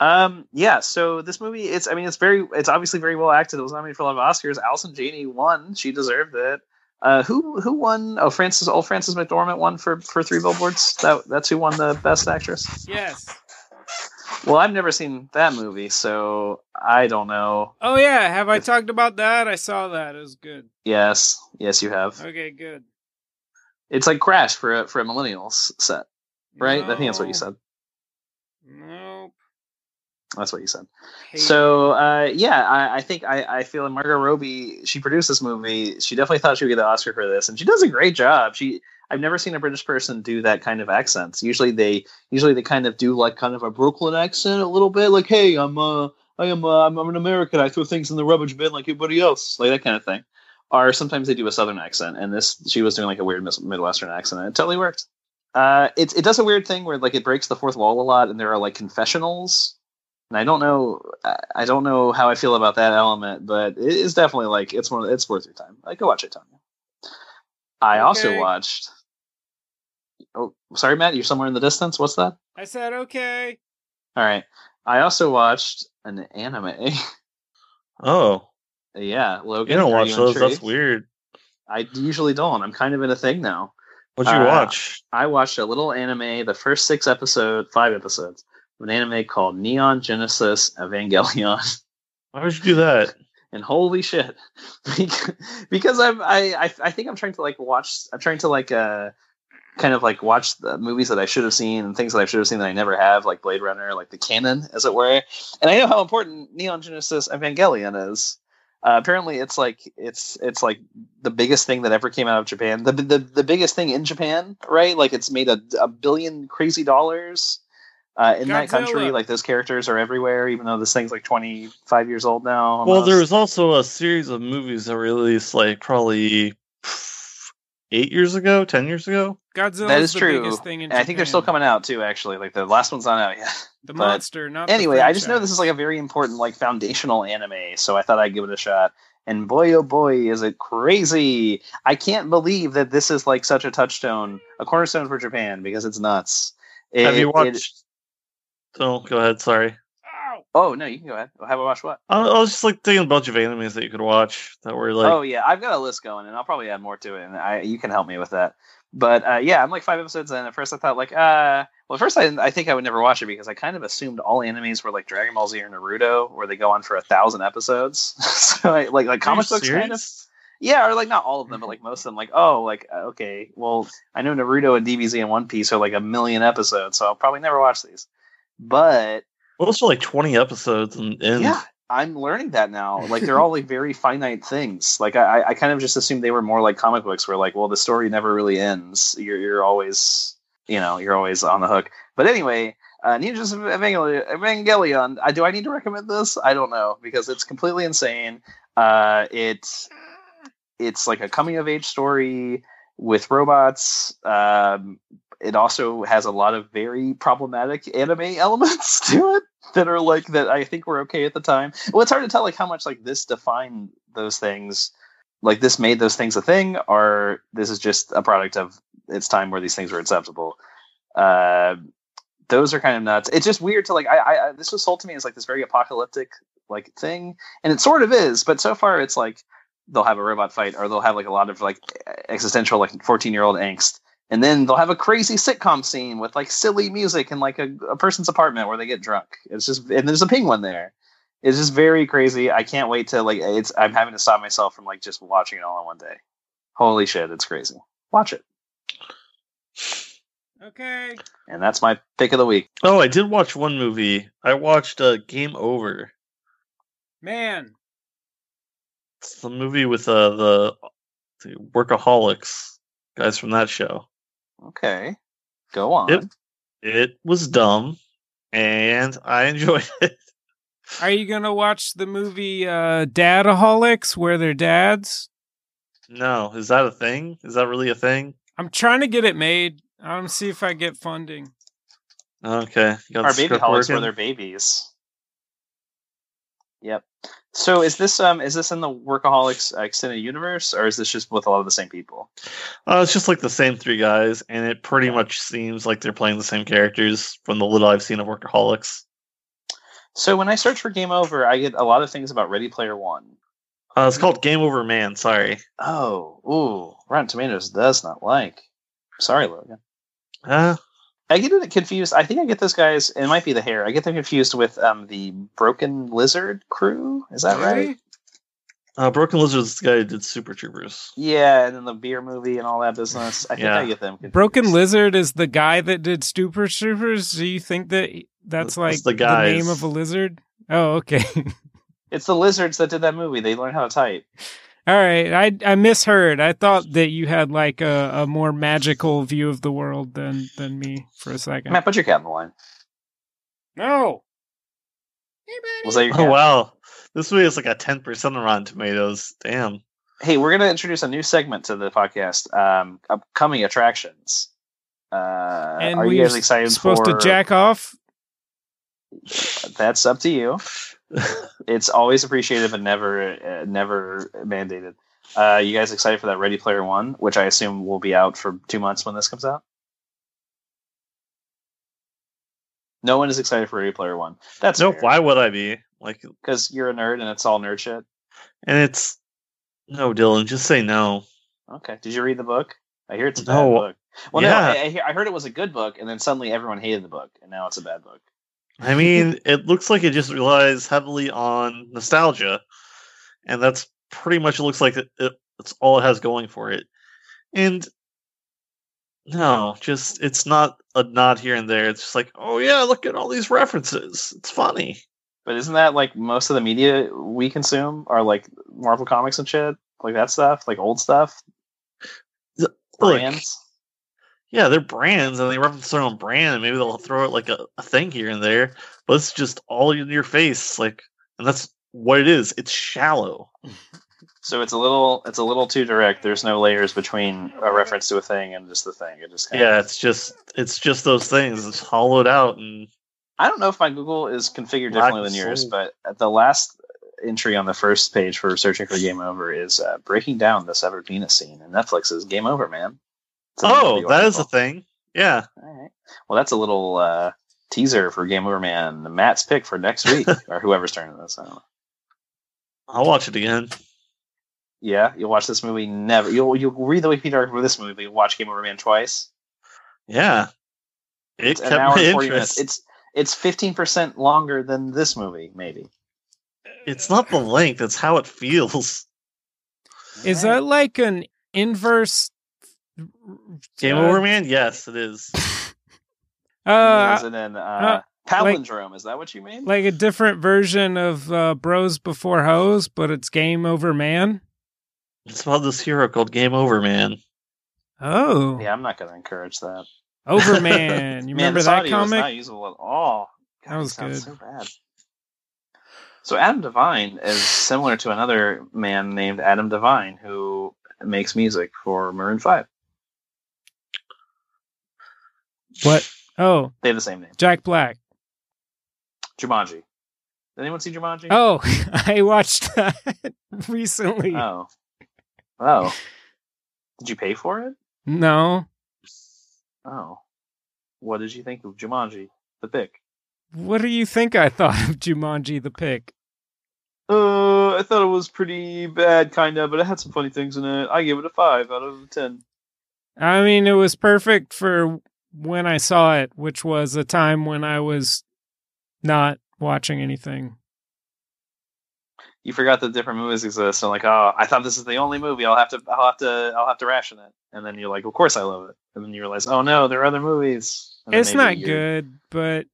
Speaker 2: Um, yeah, so this movie, it's I mean, it's very, it's obviously very well acted. It was nominated for a lot of Oscars. Alison Janney won; she deserved it. Uh, who who won? Oh, Frances, old Frances McDormand won for for Three Billboards. That that's who won the Best Actress.
Speaker 1: Yes.
Speaker 2: Well, I've never seen that movie, so I don't know.
Speaker 1: Oh yeah, have I talked about that? I saw that. It was good.
Speaker 2: Yes, yes, you have.
Speaker 1: Okay, good.
Speaker 2: It's like Crash for a, for a millennials set, right? I think that's what you said.
Speaker 1: Nope.
Speaker 2: That's what you said.
Speaker 1: Hate
Speaker 2: So uh, yeah, I, I think I, I feel like Margot Robbie, she produced this movie. She definitely thought she would get the Oscar for this, and she does a great job. She I've never seen a British person do that kind of accents. Usually they usually they kind of do like kind of a Brooklyn accent a little bit, like hey, I'm uh I am uh, I'm, I'm an American. I throw things in the rubbish bin like everybody else, like that kind of thing. Or sometimes they do a Southern accent, and this she was doing like a weird mis- Midwestern accent, and it totally worked. Uh, it it does a weird thing where like it breaks the fourth wall a lot, and there are like confessionals and I don't know, I- I don't know how I feel about that element, but it is definitely like it's one. It's worth your time. Like go watch it, Tanya. I also
Speaker 1: Okay.
Speaker 2: watched. Oh, sorry, Matt. You're somewhere in the distance. What's that?
Speaker 1: I said okay.
Speaker 2: All right. I also watched an anime. [laughs]
Speaker 3: Oh,
Speaker 2: yeah, Logan.
Speaker 3: you don't
Speaker 2: Are
Speaker 3: watch
Speaker 2: in
Speaker 3: those? That's
Speaker 2: truth?
Speaker 3: weird.
Speaker 2: I usually don't. I'm kind of in a thing now.
Speaker 3: What'd you
Speaker 2: Uh,
Speaker 3: watch?
Speaker 2: I watched a little anime, the first six episode, five episodes, of an anime called Neon Genesis Evangelion. [laughs]
Speaker 3: Why would you do that?
Speaker 2: and holy shit [laughs] because i'm I, I i think i'm trying to like watch i'm trying to like uh kind of like watch the movies that i should have seen and things that i should have seen that i never have like blade runner like the canon as it were and i know how important neon genesis evangelion is uh, apparently it's like it's it's like the biggest thing that ever came out of japan the the, the biggest thing in japan right like it's made a, a billion crazy dollars uh, in that country
Speaker 1: Godzilla.
Speaker 2: like those characters are everywhere even though this thing's like 25 years old now
Speaker 3: Well,
Speaker 2: almost.
Speaker 3: there was also a series of movies that were released like probably pff, eight years ago, ten years ago.
Speaker 1: Godzilla
Speaker 2: That
Speaker 1: is
Speaker 2: is
Speaker 1: the
Speaker 2: true.
Speaker 1: biggest thing in
Speaker 2: And I think
Speaker 1: Japan.
Speaker 2: they're still coming out too. Actually, like the last one's not out yet.
Speaker 1: The
Speaker 2: but-
Speaker 1: monster, not the
Speaker 2: anyway, I just know this
Speaker 1: franchise.
Speaker 2: is like a very important, like foundational anime, so I thought I'd give it a shot. And boy, oh boy, is it crazy! I can't believe that this is like such a touchstone, a cornerstone for Japan because it's nuts. It-
Speaker 3: Have you
Speaker 2: it-
Speaker 3: watched? Oh, go ahead. Sorry.
Speaker 1: Ow!
Speaker 2: oh no, you can go ahead. Have I watched what?
Speaker 3: I I was just like thinking a bunch of animes that you could watch that were like
Speaker 2: oh yeah, I've got a list going, and I'll probably add more to it, and I you can help me with that. But uh, yeah, I'm like five episodes in. At first, I thought like, uh, well, at first I didn't- I think I would never watch it because I kind of assumed all animes were like Dragon Ball Z or Naruto, where they go on for a thousand episodes. [laughs] so I, like like
Speaker 3: Are you
Speaker 2: comic books kind of.
Speaker 3: serious? Mm-hmm.
Speaker 2: Yeah, or like not all of them, but like most of them. Like oh, like uh, okay, well I know Naruto and DBZ and One Piece are like a million episodes, so I'll probably never watch these. But
Speaker 3: Well, those were like twenty episodes, and, and
Speaker 2: yeah i'm learning that now like they're all like very finite things like i i kind of just assumed they were more like comic books where like well the story never really ends you're, you're always you know you're always on the hook but anyway uh ninjas of evangelion, evangelion I, do i need to recommend this i don't know because it's completely insane uh it's it's like a coming of age story with robots um it also has a lot of very problematic anime [laughs] elements to it that are like that I think were okay at the time. Well, it's hard to tell like how much like this defined those things, like this made those things a thing, or this is just a product of its time where these things were acceptable. Uh, those are kind of nuts. It's just weird to like. I, I, I this was sold to me as like this very apocalyptic like thing, and it sort of is. But so far, it's like they'll have a robot fight, or they'll have like a lot of like existential like fourteen year old angst and then they'll have a crazy sitcom scene with like silly music in like a, a person's apartment where they get drunk it's just and there's a penguin there it's just very crazy i can't wait to like it's i'm having to stop myself from like just watching it all in one day holy shit it's crazy watch it
Speaker 1: Okay.
Speaker 2: and that's my pick of the week
Speaker 3: Oh, I did watch one movie. I watched uh, Game Over.
Speaker 1: Man.
Speaker 3: It's the movie with uh, the the workaholics guys from that show.
Speaker 2: okay go on
Speaker 3: Yep. It was dumb, and I [laughs] enjoyed it.
Speaker 1: Are you gonna watch the movie uh Dadaholics where they're dads?
Speaker 3: No, is that a thing? Is that really a thing?
Speaker 1: I'm trying to get it made. I'm gonna see if I get funding.
Speaker 3: Okay, you got the
Speaker 2: our baby
Speaker 3: script
Speaker 2: holics were
Speaker 3: working?
Speaker 2: their babies Yep. So is this um is this in the Workaholics uh, extended universe or is this just with a lot of the same people?
Speaker 3: Uh, it's just like the same three guys, and it pretty much seems like they're playing the same characters from the little I've seen of Workaholics.
Speaker 2: So when I search for Game Over, I get a lot of things about Ready Player One.
Speaker 3: Uh, it's called Game Over Man. Sorry.
Speaker 2: Oh, ooh, Rotten Tomatoes does not like. Sorry, Logan.
Speaker 3: Uh,
Speaker 2: I get it confused. I think I get those guys. It might be the hair. I get them confused with um the Broken Lizard crew. Is that right?
Speaker 3: uh, Broken Lizard's the guy who did Super Troopers.
Speaker 2: Yeah, and then the beer movie and all that business. I think
Speaker 3: Yeah.
Speaker 2: I get them confused.
Speaker 1: Broken Lizard is the guy that did Super Troopers. Do you think that that's
Speaker 3: That's
Speaker 1: like
Speaker 3: the guys.
Speaker 1: name of a lizard? Oh, okay. [laughs]
Speaker 2: It's the lizards that did that movie. They learned how to type.
Speaker 1: All right. I I misheard. I thought that you had like a, a more magical view of the world than than me for a second.
Speaker 2: Matt, put your cat on the line.
Speaker 1: No.
Speaker 2: Was that your
Speaker 3: Oh
Speaker 2: cat?
Speaker 3: wow, this movie is like a ten percent on Rotten Tomatoes. Damn.
Speaker 2: Hey, we're gonna introduce a new segment to the podcast. Um, upcoming attractions. Uh,
Speaker 1: And
Speaker 2: are you
Speaker 1: we're
Speaker 2: guys excited
Speaker 1: supposed
Speaker 2: for
Speaker 1: to jack off?
Speaker 2: That's up to
Speaker 3: [laughs]
Speaker 2: you. It's always appreciated, but never, uh, never mandated. Uh, you guys excited for that Ready Player One, which I assume will be out for two months when this comes out? No one is excited for Ready Player One. That's
Speaker 3: no, why would I be? Like,
Speaker 2: Because you're a nerd and it's all nerd shit.
Speaker 3: and it's no, Dylan. Just say no.
Speaker 2: Okay. Did you read the book? I hear it's a
Speaker 3: No.
Speaker 2: bad book. Well,
Speaker 3: Yeah.
Speaker 2: no, I- I, hear- I heard it was a good book, and then suddenly everyone hated the book, and now it's a bad book.
Speaker 3: I mean, it looks like it just relies heavily on nostalgia, and that's pretty much it looks like it, it, it's all it has going for it. And no, just it's not a nod here and there. It's just like, oh yeah, look at all these references. It's funny.
Speaker 2: But isn't that like most of the media we consume are like Marvel comics and shit, like that stuff, like old stuff,
Speaker 3: Look,
Speaker 2: brands?
Speaker 3: yeah, they're brands and they reference their own brand, and maybe they'll throw it like a, a thing here and there. But it's just all in your face, like, and that's what it is. It's shallow.
Speaker 2: So it's a little, it's a little too direct. There's no layers between a reference to a thing and just the thing. It just kind
Speaker 3: Yeah, it's just it's just those things. It's hollowed out and.
Speaker 2: I don't know if my Google is configured
Speaker 3: Lack
Speaker 2: differently
Speaker 3: of
Speaker 2: than yours,
Speaker 3: soul.
Speaker 2: but the last entry on the first page for searching for Game Over is uh, breaking down the severed penis scene in Netflix's Game Over, man. It's a
Speaker 3: Oh,
Speaker 2: movie
Speaker 3: that is a
Speaker 2: article.
Speaker 3: thing. Yeah.
Speaker 2: All right. Well, that's a little uh, teaser for Game Over Man. Matt's pick for next
Speaker 3: [laughs]
Speaker 2: week, or whoever's turning this. I don't know.
Speaker 3: I'll watch it again.
Speaker 2: Yeah, you'll watch this movie. Never. You'll you'll read the Wikipedia article for this movie, but you'll watch Game Over Man twice.
Speaker 3: Yeah. It
Speaker 2: It's
Speaker 3: kept
Speaker 2: an hour
Speaker 3: my
Speaker 2: and forty minutes.
Speaker 3: interest. It's,
Speaker 2: It's it's fifteen percent longer than this movie, maybe.
Speaker 3: not the length, it's how it feels.
Speaker 1: [laughs] Is that like an inverse?
Speaker 3: Game
Speaker 1: uh,
Speaker 3: Over Man? Yes, it is.
Speaker 1: Uh,
Speaker 2: is it an uh,
Speaker 1: uh,
Speaker 2: palindrome? is that what you mean?
Speaker 1: like a different version of uh, Bros Before Hoes, but it's Game Over Man.
Speaker 3: It's about this hero called Game Over Man.
Speaker 1: Oh,
Speaker 2: yeah, I'm not going to encourage that. [laughs]
Speaker 1: Over Man. You
Speaker 2: Man,
Speaker 1: remember
Speaker 2: this
Speaker 1: that
Speaker 2: audio is
Speaker 1: comic?
Speaker 2: not usable at all. God,
Speaker 1: That was
Speaker 2: it sounds
Speaker 1: good.
Speaker 2: So bad. So Adam Devine is similar to another man named Adam Devine who makes music for Maroon Five.
Speaker 1: What? Oh,
Speaker 2: They have the same name.
Speaker 1: Jack Black.
Speaker 2: Jumanji. Did anyone see Jumanji?
Speaker 1: Oh, [laughs] I watched that [laughs] recently.
Speaker 2: Oh. Oh. Did you pay for it?
Speaker 1: No.
Speaker 2: Oh. What did you think of Jumanji? The pick.
Speaker 1: What do you think I thought of Jumanji the Pick?
Speaker 2: Uh, I thought it was pretty bad, kind of, but it had some funny things in it. I gave it a five out of ten.
Speaker 1: I mean, it was perfect for when I saw it, which was a time when I was not watching anything.
Speaker 2: You forgot that different movies exist, and like, oh, I thought this is the only movie. I'll have to, I'll have to, I'll have to ration it. And then you're like, of course I love it. And then you realize, oh no, there are other movies. And then
Speaker 1: it's
Speaker 2: maybe
Speaker 1: not
Speaker 2: you-
Speaker 1: good, but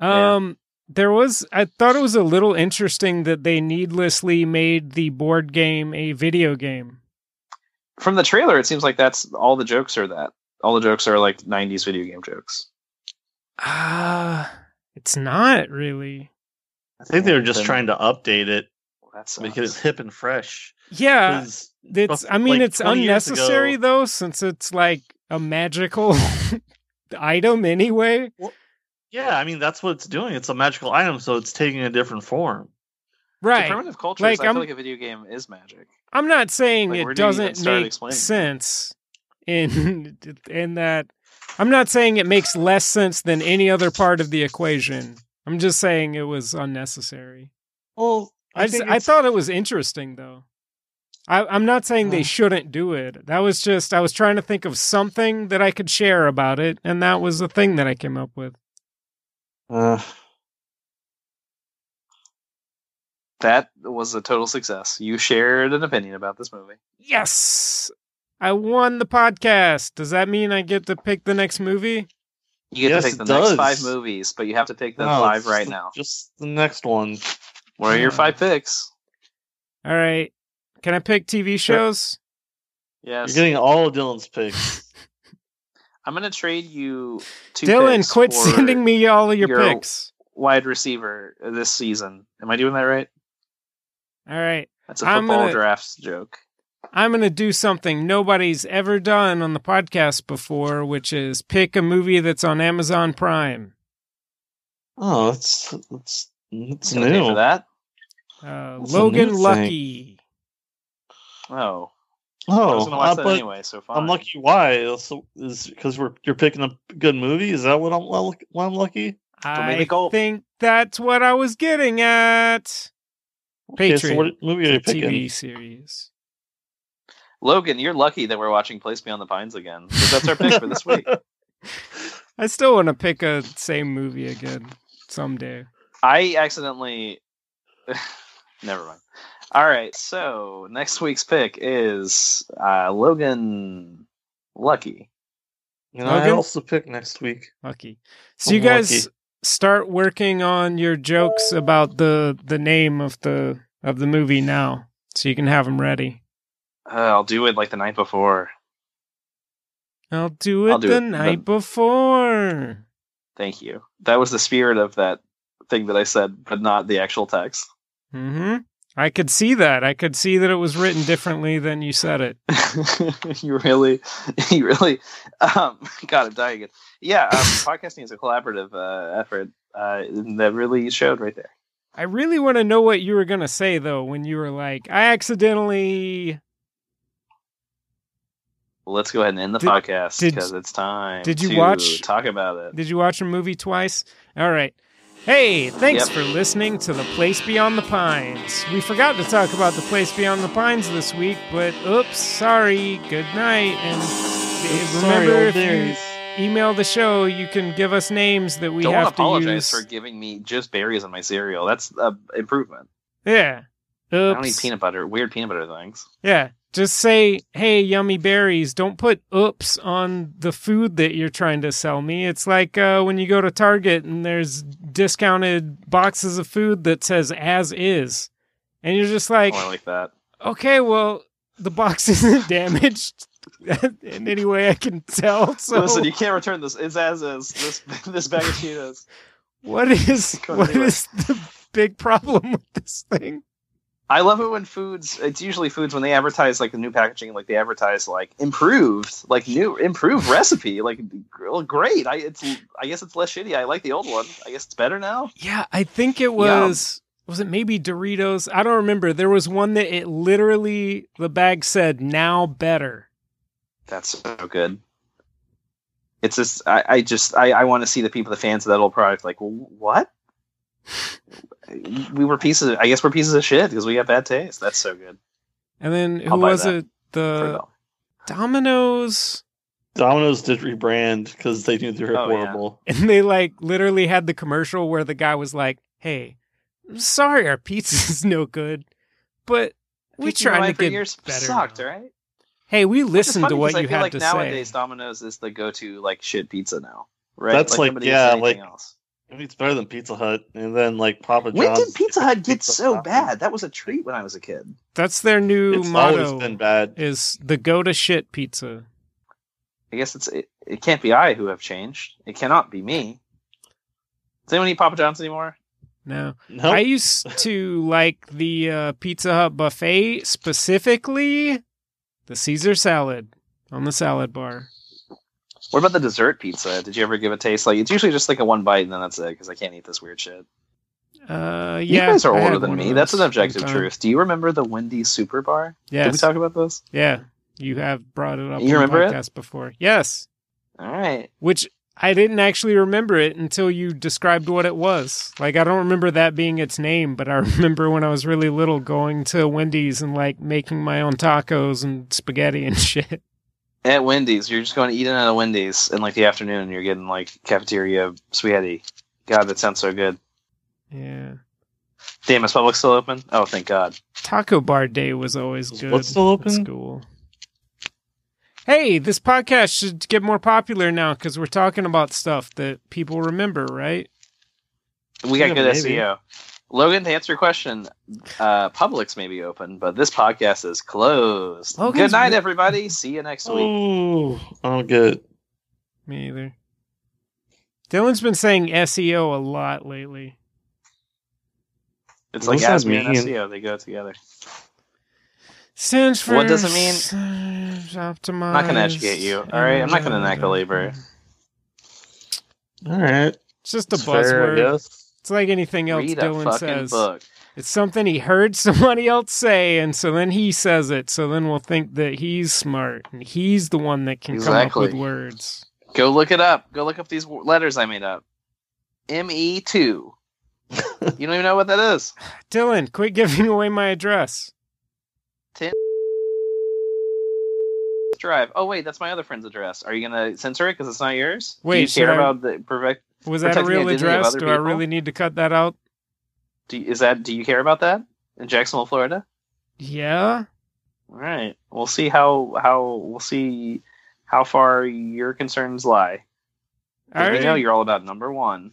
Speaker 2: Yeah.
Speaker 1: um there was I thought it was a little interesting that they needlessly made the board game a video game.
Speaker 2: From the trailer, it seems like that's all the jokes are that. All the jokes are like '90s video game jokes.
Speaker 1: Ah, it's not really.
Speaker 3: I think they were just
Speaker 2: Then- [laughs]
Speaker 3: trying to update it,
Speaker 2: That's
Speaker 3: make it hip and fresh.
Speaker 1: Yeah,
Speaker 3: 'Cause
Speaker 1: it's
Speaker 3: bef-
Speaker 1: I mean
Speaker 3: like,
Speaker 1: it's
Speaker 3: 20 years
Speaker 1: unnecessary
Speaker 3: ago-
Speaker 1: though since it's like a magical [laughs] item anyway.
Speaker 3: yeah, I mean that's what it's doing. It's a magical item, so it's taking a different form.
Speaker 2: The
Speaker 1: right.
Speaker 2: primitive cultures.
Speaker 1: Like,
Speaker 2: I
Speaker 1: I'm-
Speaker 2: feel like a video game is magic.
Speaker 1: I'm not saying
Speaker 2: Like, where
Speaker 1: it
Speaker 2: do you even
Speaker 1: doesn't
Speaker 2: start
Speaker 1: make
Speaker 2: explaining it?
Speaker 1: sense in [laughs] in that I'm not saying it makes less sense than any other part of the equation. I'm just saying it was unnecessary.
Speaker 3: Well,
Speaker 1: I, just- I thought it was interesting though. I, I'm not saying they
Speaker 2: Yeah.
Speaker 1: shouldn't do it. That was just I was trying to think of something that I could share about it, and that was the thing that I came up with.
Speaker 2: uh,
Speaker 3: Uh,
Speaker 2: That was a total success. You shared an opinion about this movie.
Speaker 1: Yes, I won the podcast. Does that mean I get to pick the next movie?
Speaker 2: You get
Speaker 3: Yes,
Speaker 2: to pick
Speaker 3: it
Speaker 2: the next
Speaker 3: does.
Speaker 2: five movies, but you have to pick the
Speaker 3: No,
Speaker 2: five
Speaker 3: it's
Speaker 2: right
Speaker 3: the-
Speaker 2: now.
Speaker 3: Just the next one.
Speaker 2: What are your
Speaker 1: Yeah.
Speaker 2: five picks?
Speaker 1: All right, can I pick TV shows?
Speaker 2: Yes,
Speaker 3: You're getting all of Dylan's picks.
Speaker 2: I'm going to trade you. Two
Speaker 1: Dylan,
Speaker 2: picks
Speaker 1: quit
Speaker 2: for
Speaker 1: sending me all of your,
Speaker 2: your-
Speaker 1: picks.
Speaker 2: wide receiver this season. Am I doing that right?
Speaker 1: All right,
Speaker 2: That's a
Speaker 1: I'm
Speaker 2: football
Speaker 1: gonna-
Speaker 2: drafts joke.
Speaker 1: I'm gonna do something nobody's ever done on the podcast before, which is pick a movie that's on Amazon Prime.
Speaker 3: oh, that's that's that's
Speaker 2: Gonna pay
Speaker 3: new.
Speaker 2: for that.
Speaker 1: Uh,
Speaker 3: That's a
Speaker 1: Logan
Speaker 3: new thing.
Speaker 1: Lucky.
Speaker 2: Oh, I was
Speaker 3: Oh,
Speaker 2: going to watch
Speaker 3: uh,
Speaker 2: that
Speaker 3: but
Speaker 2: anyway. So fine.
Speaker 3: I'm lucky. Why? That's- Is because we're you're picking a good movie? Is that what I'm why I'm lucky?
Speaker 2: me
Speaker 1: I
Speaker 2: the goal.
Speaker 1: think that's what I was getting at.
Speaker 3: Okay, so
Speaker 1: Patriot.
Speaker 3: what movie are you picking?
Speaker 1: TV series.
Speaker 2: Logan, you're lucky that we're watching Place Beyond the Pines again. 'cause That's our pick for this
Speaker 3: [laughs]
Speaker 2: week.
Speaker 1: I still want to pick a same movie again someday.
Speaker 2: I accidentally. [laughs] Never mind. All right, so next week's pick is uh, Logan Lucky.
Speaker 3: You know, I
Speaker 1: Logan?
Speaker 3: also pick next week.
Speaker 1: Lucky. So you
Speaker 3: I'm
Speaker 1: guys
Speaker 3: lucky.
Speaker 1: start working on your jokes about the the name of the of the movie now, so you can have them ready.
Speaker 2: Uh, I'll do it like the night before.
Speaker 1: I'll do it
Speaker 2: I'll do
Speaker 1: the
Speaker 2: it,
Speaker 1: night
Speaker 2: but-
Speaker 1: before.
Speaker 2: Thank you. That was the spirit of that thing that I said, but not the actual text. [laughs]
Speaker 1: hmm I could see that. I could see that it was written differently than you said it.
Speaker 2: you really, [laughs] you really, um, [laughs] God, I'm dying again. Yeah, um,
Speaker 1: [laughs]
Speaker 2: podcasting is a collaborative uh, effort uh, and that really showed right there.
Speaker 1: I really want to know what you were going to say though when you were like, I accidentally
Speaker 2: Well, let's go ahead and end the
Speaker 1: Did-
Speaker 2: podcast
Speaker 1: did-
Speaker 2: because it's time.
Speaker 1: did you
Speaker 2: to
Speaker 1: watch-
Speaker 2: Talk about it.
Speaker 1: Did you watch a movie twice? All right. Hey, thanks
Speaker 2: Yep.
Speaker 1: for listening to The Place Beyond the Pines. We forgot to talk about The Place Beyond the Pines this week, but oops, sorry. Good night. And
Speaker 3: Sorry,
Speaker 1: remember,
Speaker 3: old
Speaker 1: if
Speaker 3: berries.
Speaker 1: you email the show, you can give us names that we
Speaker 2: Don't
Speaker 1: have to
Speaker 2: apologize
Speaker 1: use.
Speaker 2: for giving me just berries in my cereal. That's an improvement.
Speaker 1: Yeah.
Speaker 2: I don't eat
Speaker 1: Oops.
Speaker 2: peanut butter, weird peanut butter things.
Speaker 1: Yeah. Just say, hey, yummy berries. Don't put oops on the food that you're trying to sell me. It's like uh, when you go to Target and there's discounted boxes of food that says as is. And you're just like,
Speaker 2: Oh, I like that.
Speaker 1: okay, well, the box [laughs] isn't damaged in any way I can tell. So
Speaker 2: Listen, you can't return this. It's as is. This [laughs] this bag of Cheetos.
Speaker 1: what is
Speaker 2: [laughs] Go
Speaker 1: what
Speaker 2: anywhere.
Speaker 1: is the big problem with this thing?
Speaker 2: I love it when foods. It's usually foods when they advertise like the new packaging, like they advertise like improved, like new improved recipe, like gr- great. I it's I guess it's less shitty. I like the old one. I guess it's better now.
Speaker 1: Yeah, I think it was was it maybe Doritos? I don't remember. There was one that it literally the bag said now better.
Speaker 2: That's so good. It's just I, I just I, I want to see the people, the fans of that old product, like well, what? We were pieces. I guess we're pieces of shit because we got bad taste. That's so good.
Speaker 1: And then who
Speaker 2: I'll buy
Speaker 1: was
Speaker 2: that
Speaker 1: it?
Speaker 2: For a
Speaker 1: The
Speaker 2: dollar.
Speaker 1: Domino's
Speaker 3: Domino's did rebrand because they knew they were
Speaker 2: Oh, yeah.
Speaker 3: horrible.
Speaker 1: and they like literally had the commercial where the guy was like, "Hey, I'm sorry our pizza's no good, but we're
Speaker 2: Pizza Hut
Speaker 1: trying to
Speaker 2: for
Speaker 1: get
Speaker 2: years
Speaker 1: better
Speaker 2: Sucked,
Speaker 1: now."
Speaker 2: right?
Speaker 1: Hey, we
Speaker 2: Which is
Speaker 1: listened to
Speaker 2: funny
Speaker 1: what
Speaker 2: 'cause
Speaker 1: you
Speaker 2: I feel
Speaker 1: had
Speaker 2: like
Speaker 1: to
Speaker 2: nowadays
Speaker 1: say.
Speaker 2: Domino's is the go-to like shit pizza now, right?
Speaker 3: That's like,
Speaker 2: nobody eats
Speaker 3: yeah,
Speaker 2: anything
Speaker 3: like,
Speaker 2: else.
Speaker 3: I mean, it's better than Pizza Hut, and then like Papa John's.
Speaker 2: When did Pizza Hut get
Speaker 3: Pizza
Speaker 2: so
Speaker 3: Hut.
Speaker 2: bad? That was a treat when I was a kid.
Speaker 1: That's their new
Speaker 3: It's
Speaker 1: motto
Speaker 3: always been bad.
Speaker 1: is the go to shit pizza.
Speaker 2: I guess it's it, it can't be I who have changed. It cannot be me. Does anyone eat Papa John's anymore?
Speaker 1: No.
Speaker 3: No,
Speaker 1: I used to like the uh, Pizza Hut buffet, specifically the Caesar salad on the salad bar.
Speaker 2: What about the dessert pizza? Did you ever give a taste? Like it's usually just like a one bite and then that's it because I can't eat this weird shit.
Speaker 1: Uh, yeah,
Speaker 2: you guys are
Speaker 1: I had
Speaker 2: older than
Speaker 1: one of
Speaker 2: me. That's
Speaker 1: those
Speaker 2: an objective
Speaker 1: sometime.
Speaker 2: truth. Do you remember the Wendy Super Bar? Did we
Speaker 1: Yes.
Speaker 2: talk about this?
Speaker 1: yeah, you have brought it up
Speaker 2: You
Speaker 1: on
Speaker 2: remember
Speaker 1: the
Speaker 2: it?
Speaker 1: podcast before. Yes,
Speaker 2: All right.
Speaker 1: which I didn't actually remember it until you described what it was. Like I don't remember that being its name, but I [laughs] remember when I was really little going to Wendy's and like making my own tacos and spaghetti and [laughs] shit.
Speaker 2: At Wendy's, you're just going to eat in at a Wendy's in like the afternoon. You're getting like cafeteria spaghetti. God, that sounds so good.
Speaker 1: Yeah,
Speaker 2: Damn, is Public still open? Oh, thank God.
Speaker 1: Taco Bar Day was always
Speaker 3: Is
Speaker 1: good.
Speaker 3: what still
Speaker 1: at
Speaker 3: open?
Speaker 1: School. Hey, this podcast should get more popular now because we're talking about stuff that people remember, right?
Speaker 2: We got
Speaker 3: Yeah,
Speaker 2: good
Speaker 3: maybe.
Speaker 2: SEO. Logan, to answer your question, uh, Publix may be open, but this podcast is closed.
Speaker 1: Logan's-
Speaker 2: good night, everybody. See you next week.
Speaker 3: Oh, I'm good.
Speaker 1: Me either. Dylan's been saying SEO a lot lately.
Speaker 2: It's
Speaker 3: What
Speaker 2: like
Speaker 3: does that
Speaker 2: ask me an
Speaker 3: mean?
Speaker 2: SEO. They go together.
Speaker 1: Stands for
Speaker 2: What does it mean?
Speaker 1: mean? Optimize.
Speaker 2: I'm not gonna educate you, all right? I'm not gonna knack a labor.
Speaker 3: All right.
Speaker 1: It's just a
Speaker 3: It's fair, I
Speaker 1: buzzword.
Speaker 3: guess.
Speaker 1: it's like anything else
Speaker 2: Read a
Speaker 1: Dylan
Speaker 2: fucking
Speaker 1: says.
Speaker 2: book.
Speaker 1: It's something he heard [laughs] somebody else say, and so then he says it. So then we'll think that he's smart and he's the one that can come
Speaker 2: Exactly.
Speaker 1: up with words.
Speaker 2: Go look it up. Go look up these w- letters I made up. M E two. You don't even know what that is.
Speaker 1: Dylan, quit giving [laughs] away my address.
Speaker 2: Drive. Oh wait, that's my other friend's address. Are you gonna censor it because it's not yours?
Speaker 1: Wait,
Speaker 2: do you
Speaker 1: should
Speaker 2: care
Speaker 1: I-
Speaker 2: about the perfect?
Speaker 1: Was that a
Speaker 2: Protecting the
Speaker 1: real
Speaker 2: identity of
Speaker 1: address?
Speaker 2: other
Speaker 1: Do I
Speaker 2: people?
Speaker 1: really need to cut that out?
Speaker 2: Do you, is that? Do you care about that in Jacksonville, Florida?
Speaker 1: Yeah.
Speaker 2: All right. We'll see how how we'll see how far your concerns lie. 'Cause
Speaker 1: All
Speaker 2: We
Speaker 1: right.
Speaker 2: know you're all about number one,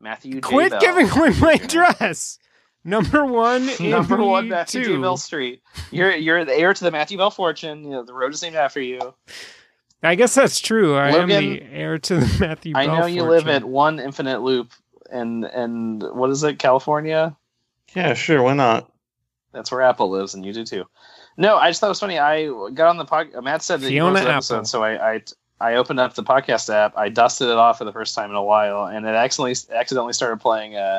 Speaker 2: Matthew. J.
Speaker 1: Quit
Speaker 2: Bell. [laughs]
Speaker 1: giving [laughs] away my address. Number one,
Speaker 2: Number
Speaker 1: in
Speaker 2: one, Matthew J.
Speaker 1: two.
Speaker 2: Bell Street. You're you're the heir to the Matthew Bell fortune. You know, the road is named after you.
Speaker 1: I guess that's true. I am the
Speaker 2: Logan,
Speaker 1: heir to the [laughs] Matthew.
Speaker 2: I
Speaker 1: Bell
Speaker 2: know you live at
Speaker 1: fortune.
Speaker 2: one infinite loop, and and what is it, California?
Speaker 3: Yeah, sure. Why not?
Speaker 2: That's where Apple lives, and you do too. No, I just thought it was funny. I got on the podcast. Matt said that he
Speaker 1: Fiona
Speaker 2: was
Speaker 1: Apple.
Speaker 2: episode, so I, I I opened up the podcast app. I dusted it off for the first time in a while, and it accidentally accidentally started playing. Uh,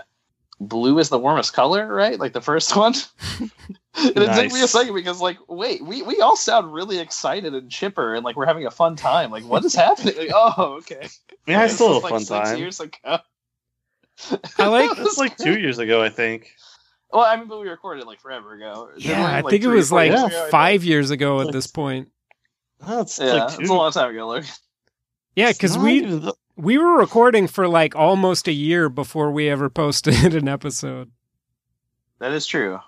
Speaker 2: Blue is the warmest color, right? Like the first one. [laughs] and it took me a
Speaker 3: Nice.
Speaker 2: second because, like, wait, we, we all sound really excited and chipper, and like we're having a fun time. Like, what is happening? Like, oh, okay.
Speaker 3: I mean, I
Speaker 2: This
Speaker 3: still
Speaker 2: was,
Speaker 3: have a fun
Speaker 2: like, six
Speaker 3: time.
Speaker 2: Years ago.
Speaker 1: I
Speaker 2: [laughs]
Speaker 3: [laughs]
Speaker 1: like-
Speaker 3: It's like two years ago, I think.
Speaker 2: Well, I mean, but we recorded like forever ago. Didn't
Speaker 1: Yeah,
Speaker 2: we?
Speaker 1: I
Speaker 2: Like,
Speaker 1: think it
Speaker 2: three or
Speaker 1: was
Speaker 2: four
Speaker 1: like
Speaker 2: years ago, I
Speaker 1: five years ago at
Speaker 3: Like-
Speaker 1: this point.
Speaker 3: Oh, it's
Speaker 2: think. Yeah,
Speaker 3: like two.
Speaker 2: it's a long time ago, Luke.
Speaker 1: Yeah,
Speaker 3: it's
Speaker 1: because
Speaker 3: not
Speaker 1: we
Speaker 3: even the-
Speaker 1: we were recording for like almost a year before we ever posted [laughs] an episode.
Speaker 2: That is true.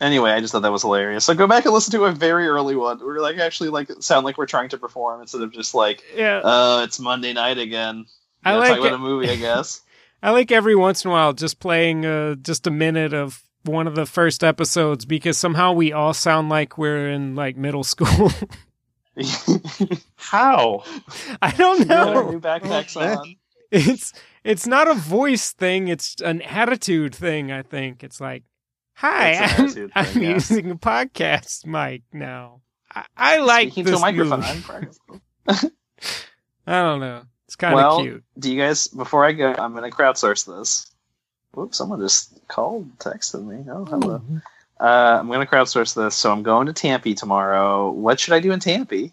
Speaker 2: Anyway, I just thought that was hilarious. So go back and listen to a very early one. We're like actually like sound like we're trying to perform instead of just like,
Speaker 1: Yeah,
Speaker 2: oh, it's Monday night again.
Speaker 1: I
Speaker 2: Gotta
Speaker 1: like
Speaker 2: talk about
Speaker 1: it.
Speaker 2: a movie, I guess. [laughs]
Speaker 1: I like every once in a while just playing uh, just a minute of one of the first episodes because somehow we all sound like we're in like middle [laughs] school.
Speaker 3: How? Oh,
Speaker 1: I don't
Speaker 2: Got
Speaker 1: know.
Speaker 2: our new backpacks
Speaker 3: Okay.
Speaker 2: on.
Speaker 1: it's it's not a voice thing it's an attitude thing i think it's like hi
Speaker 2: It's an
Speaker 1: i'm,
Speaker 2: attitude
Speaker 1: I'm
Speaker 2: thing, yeah.
Speaker 1: using a podcast mic now i, I like
Speaker 2: Speaking
Speaker 1: this
Speaker 2: to a microphone.
Speaker 1: movie.
Speaker 2: I'm practicing.
Speaker 1: i don't know it's kind of
Speaker 2: Well-
Speaker 1: cute
Speaker 2: Do you guys? Before I go, I'm gonna crowdsource this. Whoops! Someone just called, texted me. Oh, hello.
Speaker 1: Hmm.
Speaker 2: Uh, I'm gonna crowdsource this, so I'm going to Tempe tomorrow. What should I do in Tempe?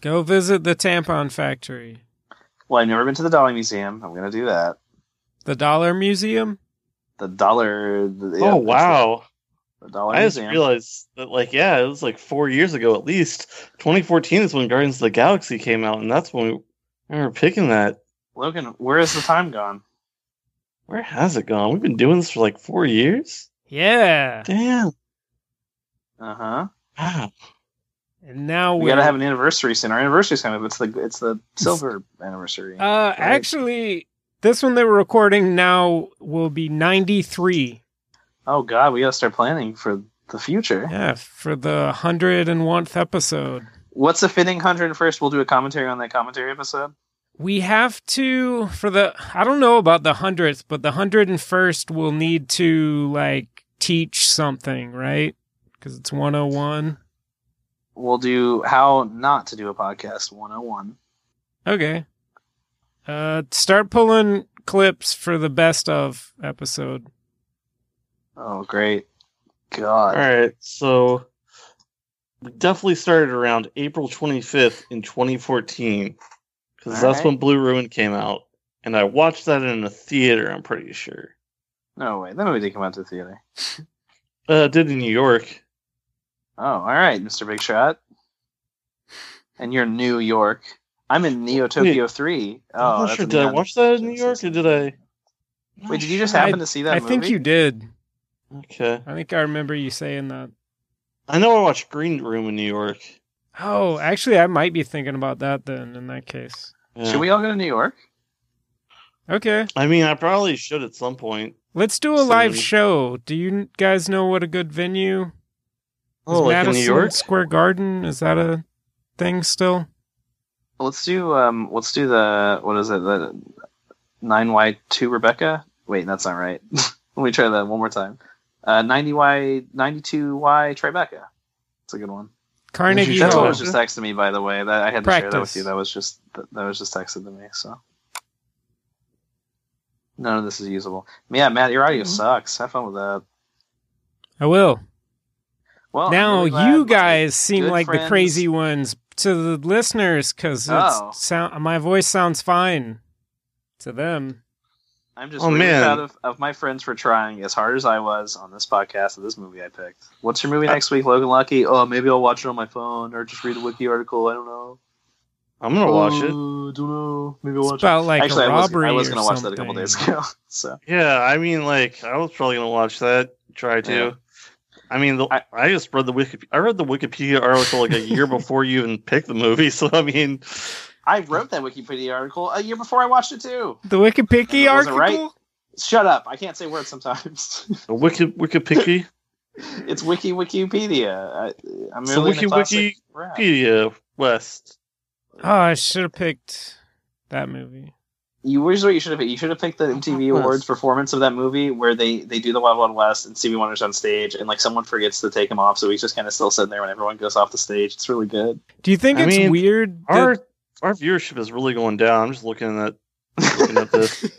Speaker 1: go visit the tampon factory
Speaker 2: Well, I've never been to the Dolly Museum. I'm gonna do that.
Speaker 1: the dollar museum
Speaker 2: The dollar. The, yeah,
Speaker 3: oh wow!
Speaker 2: The dollar
Speaker 3: I just
Speaker 2: Museum.
Speaker 3: realized that, like, yeah, it was like four years ago at least. 2014 is when Guardians of the Galaxy came out, and that's when we I remember picking that.
Speaker 2: Logan, where is the time gone?
Speaker 3: Where has it gone? We've been doing this for like four years.
Speaker 1: yeah
Speaker 3: Damn!
Speaker 2: Uh huh.
Speaker 3: Wow!
Speaker 1: and
Speaker 3: Oh,
Speaker 1: now
Speaker 2: We
Speaker 1: we're
Speaker 2: gotta have an anniversary soon. Our anniversary's coming up. It's the it's the silver anniversary.
Speaker 1: uh actually this one that we're recording now will be 93
Speaker 2: oh God, we gotta start planning for the future.
Speaker 1: yeah for the 101th episode
Speaker 2: What's a fitting hundred and first? We'll do a commentary on that commentary episode.
Speaker 1: We have to for the I don't know about the hundredth, but the hundred and first will need to like teach something, right? Because it's one oh one.
Speaker 2: We'll do how not oh to do a podcast 101.
Speaker 1: Okay. Uh, start pulling clips for the best of episode.
Speaker 2: Oh, great. God.
Speaker 3: All right, so we definitely started around April 25th in 2014 because
Speaker 2: All right.
Speaker 3: that's when Blue Ruin came out, and I watched that in a theater. I'm pretty sure.
Speaker 2: No way. That movie didn't come out to the theater.
Speaker 3: Uh, it did in New York.
Speaker 2: Oh, all right, Mr. Big Shot. And you're New York. I'm in Neo Tokyo 3. Oh,
Speaker 3: I'm not
Speaker 2: that's
Speaker 3: sure.
Speaker 2: a
Speaker 3: Did I
Speaker 2: neon-
Speaker 3: watch that in New York, or did I?
Speaker 2: Wait, did you just
Speaker 1: I-
Speaker 2: happen to see that
Speaker 1: Oh, I
Speaker 2: movie?
Speaker 1: think you did.
Speaker 3: Okay,
Speaker 1: I think I remember you saying that.
Speaker 3: I know I watched Green Room in New York.
Speaker 1: Oh, actually, I might be thinking about that then. In that case,
Speaker 3: Yeah.
Speaker 2: Should we all go to New York?
Speaker 1: okay,
Speaker 3: I mean, I probably should at some point.
Speaker 1: let's do a
Speaker 3: So-
Speaker 1: live show. Do you guys know what a good venue? Is
Speaker 3: Oh, like in
Speaker 1: Madison
Speaker 3: New York.
Speaker 1: Square Garden is that a thing still?
Speaker 2: Well, let's do um let's do the what is it, the nine Y two Rebecca? Wait, that's not right. [laughs] Let me try that one more time. Uh ninety Y ninety two Y Tribeca. That's a good one.
Speaker 1: Carnegie
Speaker 2: That's
Speaker 1: Hall.
Speaker 2: what was just texted to me, by the way. That I had to share that
Speaker 1: Practice.
Speaker 2: with you. That was just that, that was just texted to me. So none of this is usable. Yeah, Matt, your
Speaker 1: Mm-hmm.
Speaker 2: audio
Speaker 3: Mhm.
Speaker 2: sucks. Have fun with that.
Speaker 1: I will.
Speaker 2: Well, Oh, I'm
Speaker 1: now
Speaker 2: really glad
Speaker 1: you
Speaker 2: my-
Speaker 1: guys seem
Speaker 2: good
Speaker 1: like the
Speaker 2: friends-
Speaker 1: crazy ones to the listeners because
Speaker 2: Oh.
Speaker 1: sound my voice sounds fine to them.
Speaker 2: I'm just
Speaker 3: Oh,
Speaker 2: really
Speaker 3: man.
Speaker 2: proud of, of my friends for trying as hard as I was on this podcast of this movie I picked. What's your movie
Speaker 3: I-
Speaker 2: next week, Logan Lucky? Oh, maybe I'll watch it on my phone or just read a wiki article. I don't know.
Speaker 3: I'm gonna watch it.
Speaker 2: Uh, don't know. Maybe I'll
Speaker 1: It's
Speaker 2: watch
Speaker 1: about like
Speaker 2: it. Actually,
Speaker 1: a
Speaker 2: I was,
Speaker 1: robbery
Speaker 2: I was
Speaker 1: or
Speaker 2: gonna watch that
Speaker 1: something.
Speaker 2: a couple days ago. [laughs] So
Speaker 3: Yeah, I mean, like, I was probably gonna watch that. Try to.
Speaker 2: Yeah.
Speaker 3: I mean, the, I,
Speaker 2: I-
Speaker 3: just read the Wiki. I read the Wikipedia article like
Speaker 2: [laughs]
Speaker 3: a year before you even picked the movie. [laughs] So I mean,
Speaker 2: I wrote that Wikipedia article a year before I watched it too.
Speaker 1: The Wikipedia
Speaker 2: [laughs] Was it
Speaker 1: article.
Speaker 2: right? Shut up! I can't say words sometimes. [laughs]
Speaker 3: the Wiki Wikipedia
Speaker 2: it's Wiki Wikipedia. I, I'm
Speaker 3: So
Speaker 2: really
Speaker 3: Wiki
Speaker 2: in the classic rap.
Speaker 3: Wikipedia West.
Speaker 1: Oh, I should have picked that movie.
Speaker 2: You here's what you should have picked. You should have picked the MTV
Speaker 3: Wild
Speaker 2: Awards
Speaker 3: West.
Speaker 2: performance of that movie where they they do the Wild Wild West and Stevie Wonder's on stage and like someone forgets to take him off, so he's just kind of still sitting there when everyone goes off the stage. It's really good.
Speaker 1: Do you think
Speaker 3: I
Speaker 1: it's
Speaker 3: mean,
Speaker 1: weird? that-
Speaker 3: Our our viewership is really going down. I'm just looking at looking
Speaker 2: [laughs]
Speaker 3: at this.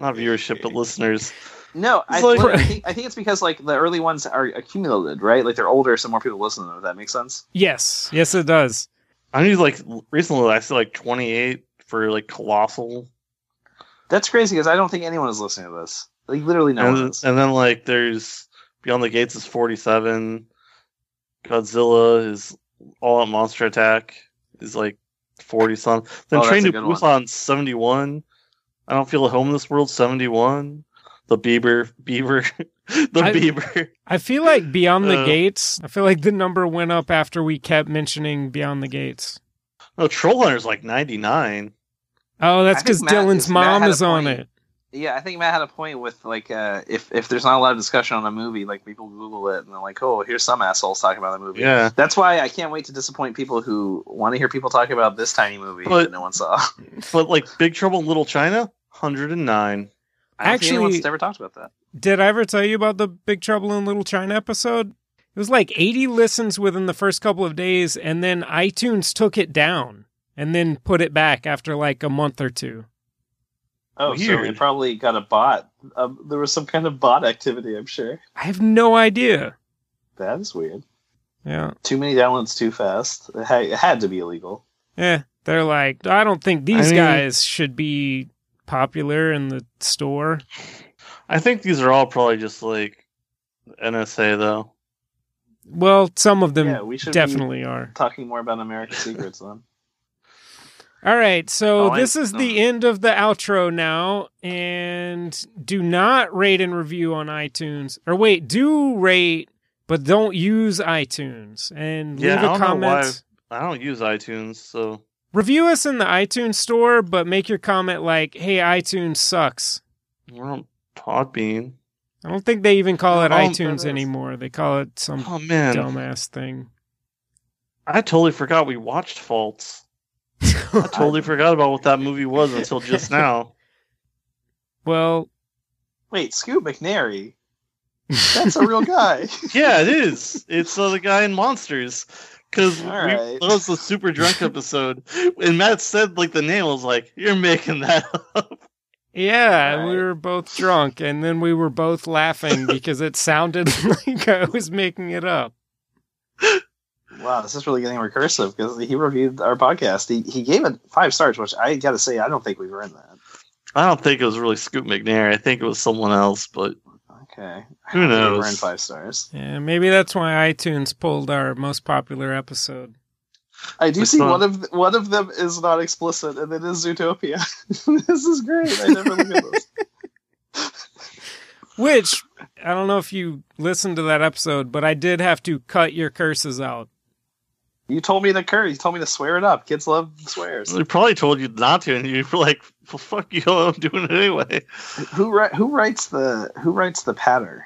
Speaker 3: Not viewership, but listeners.
Speaker 2: No, I,
Speaker 3: It's
Speaker 2: [laughs]
Speaker 3: like-
Speaker 2: well, I, think, I think it's because like the early ones are accumulated, right? Like they're older, so more people listen to them. If that makes sense.
Speaker 1: [laughs] yes, yes, it does.
Speaker 3: I need like recently. I see like 28 for like colossal,
Speaker 2: That's crazy because I don't think anyone is listening to this. Like literally no
Speaker 3: and,
Speaker 2: one is.
Speaker 3: and then like there's Beyond the Gates is 47. Godzilla is All Out Monster Attack is like 40 something. Then
Speaker 2: Oh, that's
Speaker 3: Train
Speaker 2: a
Speaker 3: to
Speaker 2: good one.
Speaker 3: Busan 71. I don't feel at home in this world 71. The Bieber [laughs] Beaver the
Speaker 1: I-
Speaker 3: Bieber.
Speaker 1: I feel like Beyond the
Speaker 3: Uh, Gates-
Speaker 1: Gates. I feel like the number went up after we kept mentioning Beyond the Gates.
Speaker 3: No, Troll Hunter's like 99.
Speaker 1: Oh, that's
Speaker 2: I think
Speaker 1: because
Speaker 2: Matt-
Speaker 1: Dylan's
Speaker 2: is- Matt
Speaker 1: mom
Speaker 2: had a
Speaker 1: is on
Speaker 2: point.
Speaker 1: it.
Speaker 2: Yeah, I think Matt had a point with like uh, if if there's not a lot of discussion on a movie, like people Google it and they're like, oh, here's some assholes talking about the movie.
Speaker 3: Yeah.
Speaker 2: That's why I can't wait to disappoint people who want to hear people talk about this tiny movie
Speaker 3: But-
Speaker 2: that no one saw. [laughs] I don't
Speaker 3: But like Big Trouble in Little China 109.
Speaker 2: think anyone's
Speaker 1: Actually-
Speaker 2: ever talked about that.
Speaker 1: Did I ever tell you about the Big Trouble in Little China episode? It was like 80 listens within the first couple of days, and then iTunes took it down and then put it back after like a month or two.
Speaker 2: Oh, so
Speaker 3: Weird.
Speaker 2: it probably got a bot. Um, there was some kind of bot activity, I'm sure.
Speaker 1: I have no idea.
Speaker 2: That is weird.
Speaker 1: Yeah.
Speaker 2: Too many downloads too fast. It had, it had to be illegal.
Speaker 1: Yeah. Eh, They're like, I don't think these
Speaker 3: mean-
Speaker 1: guys should be popular in the store.
Speaker 3: I think these are all probably just like NSA though.
Speaker 1: Well, some of them
Speaker 2: yeah, we should be
Speaker 1: definitely are.
Speaker 2: talking more about
Speaker 3: [laughs]
Speaker 2: American secrets then.
Speaker 1: All right, so
Speaker 2: Oh, I-
Speaker 1: this is the end of the outro now, and do not rate and review on iTunes. Or wait, do rate, but don't use iTunes. And
Speaker 3: Yeah, I
Speaker 1: leave a
Speaker 3: don't know
Speaker 1: comment.
Speaker 3: why- I don't use iTunes, so
Speaker 1: Review us in the iTunes store, but make your comment like, "Hey, iTunes sucks."
Speaker 3: we're on Podbean.
Speaker 1: I don't think they even call it
Speaker 3: Oh,
Speaker 2: that is-
Speaker 1: iTunes anymore. They call it some
Speaker 3: Oh man,
Speaker 1: dumbass thing.
Speaker 3: I totally forgot we watched Faults. I totally forgot about what that movie
Speaker 2: [laughs]
Speaker 3: was until just now.
Speaker 1: [laughs] well,
Speaker 2: Wait, Scoot
Speaker 3: [laughs]
Speaker 2: McNairy. That's a real guy. [laughs]
Speaker 3: Yeah, it is. It's uh, the guy in Monsters. Because
Speaker 2: All right.
Speaker 3: that was the
Speaker 2: [laughs]
Speaker 3: super drunk episode, and Matt said like the name I was like, "You're making that up."
Speaker 1: Yeah, we
Speaker 2: Right.
Speaker 1: were both drunk, and then we were both
Speaker 3: [laughs]
Speaker 1: laughing because it sounded [laughs] like I was making it up.
Speaker 2: Wow, this is really getting recursive because he reviewed our podcast. He, he gave it five stars, which I got to say, I don't think we've earned that.
Speaker 3: I don't think it was really Scoot McNair. I think it was someone else, but
Speaker 2: Okay.
Speaker 3: Who
Speaker 2: I don't think
Speaker 3: knows?
Speaker 2: We've earned five stars.
Speaker 1: Yeah, maybe that's why iTunes pulled our most popular episode.
Speaker 2: I do
Speaker 3: It's
Speaker 2: see
Speaker 3: not-
Speaker 2: one of one of them is not explicit, and it is Zootopia. [laughs] this is great. I never look at this.
Speaker 1: Which I don't know if you listened to that episode, but I did have to cut your curses out.
Speaker 2: You told me to curse. You told me to swear it up. Kids love swears.
Speaker 3: they probably told you not to, and you were like, well, fuck you, [laughs] I'm doing it anyway.
Speaker 2: who wri- who writes the who writes the patter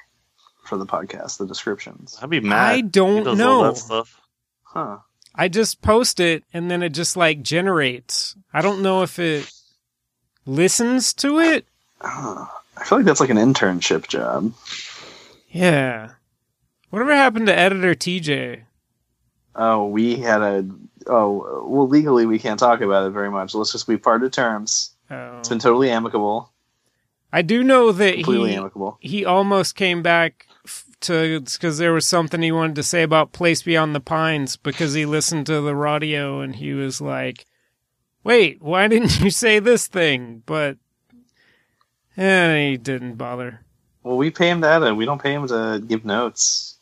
Speaker 2: for the podcast? The descriptions.
Speaker 3: I'd be
Speaker 1: I
Speaker 3: mad. He
Speaker 1: don't
Speaker 3: does
Speaker 1: know.
Speaker 3: all that stuff.
Speaker 2: Huh.
Speaker 1: I just post it and then it just like generates. I don't know if it listens to it.
Speaker 2: Huh. I feel like that's like an internship job.
Speaker 1: Yeah. Whatever happened to editor TJ?
Speaker 2: Oh, we had a. Oh, well, legally we can't talk about it very much. Let's just we parted terms.
Speaker 1: Oh.
Speaker 2: It's been totally amicable,
Speaker 1: I do know that
Speaker 2: completely
Speaker 1: he
Speaker 2: amicable.
Speaker 1: he almost came back f- to because there was something he wanted to say about Place Beyond the Pines because he listened to the radio and he was like, "Wait, why didn't you say this thing?" But and he didn't bother.
Speaker 2: Well, we pay him to edit. We don't pay him to give notes.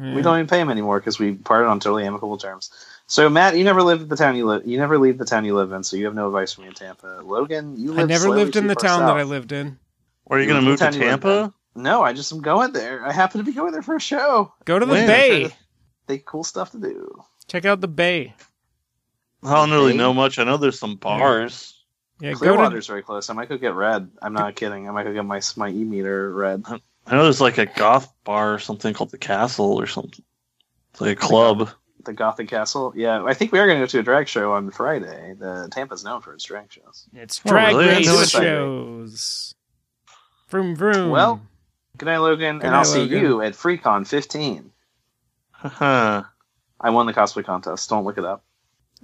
Speaker 1: Yeah.
Speaker 2: We don't even pay him anymore because we parted on totally amicable terms. So, Matt, you never lived the town you live. You never leave the town you live in, so you have no advice for me in Tampa. Logan, you
Speaker 1: I
Speaker 2: live
Speaker 1: never
Speaker 2: slightly
Speaker 1: lived in
Speaker 2: too
Speaker 1: the
Speaker 2: far
Speaker 1: town
Speaker 2: south.
Speaker 1: that I lived in.
Speaker 3: Or are you
Speaker 2: You
Speaker 3: going to
Speaker 2: were
Speaker 3: move to
Speaker 2: pretending you were
Speaker 3: Tampa?
Speaker 2: No, I just am going there. I happen to be going there for a show.
Speaker 1: Go to the
Speaker 3: When?
Speaker 1: bay.
Speaker 2: They have cool stuff to do.
Speaker 1: Check out the bay.
Speaker 3: I don't really
Speaker 2: Hey.
Speaker 3: know much. I know there's some bars.
Speaker 1: Yeah, go to
Speaker 2: Clearwater's very close. I might go get red. I'm not kidding. I might go get my my e meter red.
Speaker 3: I know there's like a goth bar or something called the Castle or something. It's like a club.
Speaker 2: The Gothic Castle. Yeah, I think we are going to go to a drag show on Friday. The Tampa's known for its drag shows.
Speaker 1: it's
Speaker 3: Oh,
Speaker 1: drag
Speaker 3: really? I
Speaker 1: race
Speaker 2: know it's like-
Speaker 1: shows. Vroom vroom.
Speaker 2: Well, Good night, Logan,
Speaker 1: Good
Speaker 2: and
Speaker 1: night,
Speaker 2: I'll see
Speaker 1: Logan.
Speaker 2: you at FreeCon 15.
Speaker 3: Huh.
Speaker 2: I won the cosplay contest. Don't look it up.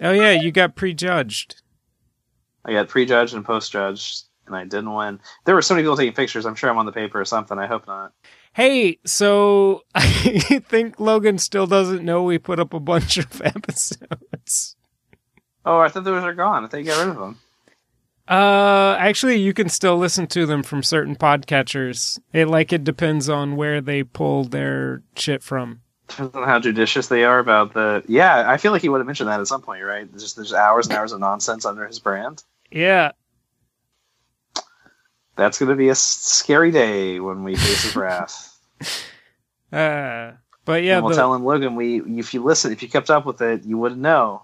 Speaker 1: oh yeah, you got prejudged.
Speaker 2: I got prejudged and postjudged, and I didn't win. There were so many people taking pictures. I'm sure I'm on the paper or something. I hope not.
Speaker 1: Hey, so [laughs] I think Logan still doesn't know we put up a bunch of [laughs] episodes.
Speaker 2: Oh, I thought those are gone. I thought you got rid of them. [laughs]
Speaker 1: Uh, actually, you can still listen to them from certain podcatchers. It like it depends on where they pull their shit from.
Speaker 2: Depends on how judicious they are about the. Yeah, I feel like he would have mentioned that at some point, right? There's just there's hours and hours of nonsense under his brand.
Speaker 1: Yeah,
Speaker 2: That's going to be a s- scary day when we
Speaker 1: [laughs]
Speaker 2: face his wrath.
Speaker 1: uh, but yeah,
Speaker 2: and we'll
Speaker 1: the,
Speaker 2: tell him, Logan, we if you listen, if you kept up with it, you would know.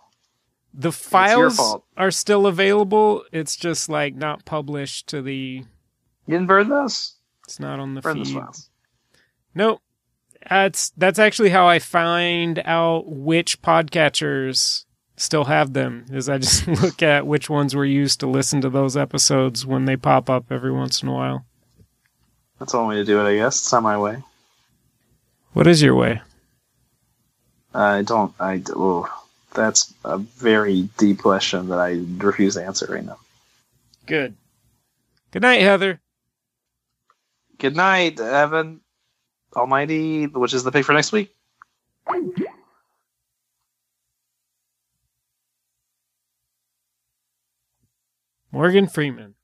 Speaker 1: the
Speaker 2: your
Speaker 1: files
Speaker 2: fault.
Speaker 1: are still available. It's just like not published to the.
Speaker 2: You didn't burn those.
Speaker 1: It's not on the
Speaker 2: Burn those
Speaker 1: feed.
Speaker 2: files.
Speaker 1: Nope. That's that's actually how I find out which podcatchers still have them is I just [laughs] look at which ones were used to listen to those episodes when they pop up every once in a while.
Speaker 2: That's one way to do it, I guess. It's not my way.
Speaker 1: What is your way?
Speaker 2: I don't. I d- oh, that's a very deep question that I refuse to answer right now.
Speaker 1: Good. Good night, Heather.
Speaker 2: Good night, Evan Almighty, which is the pick for next week.
Speaker 1: Morgan Freeman.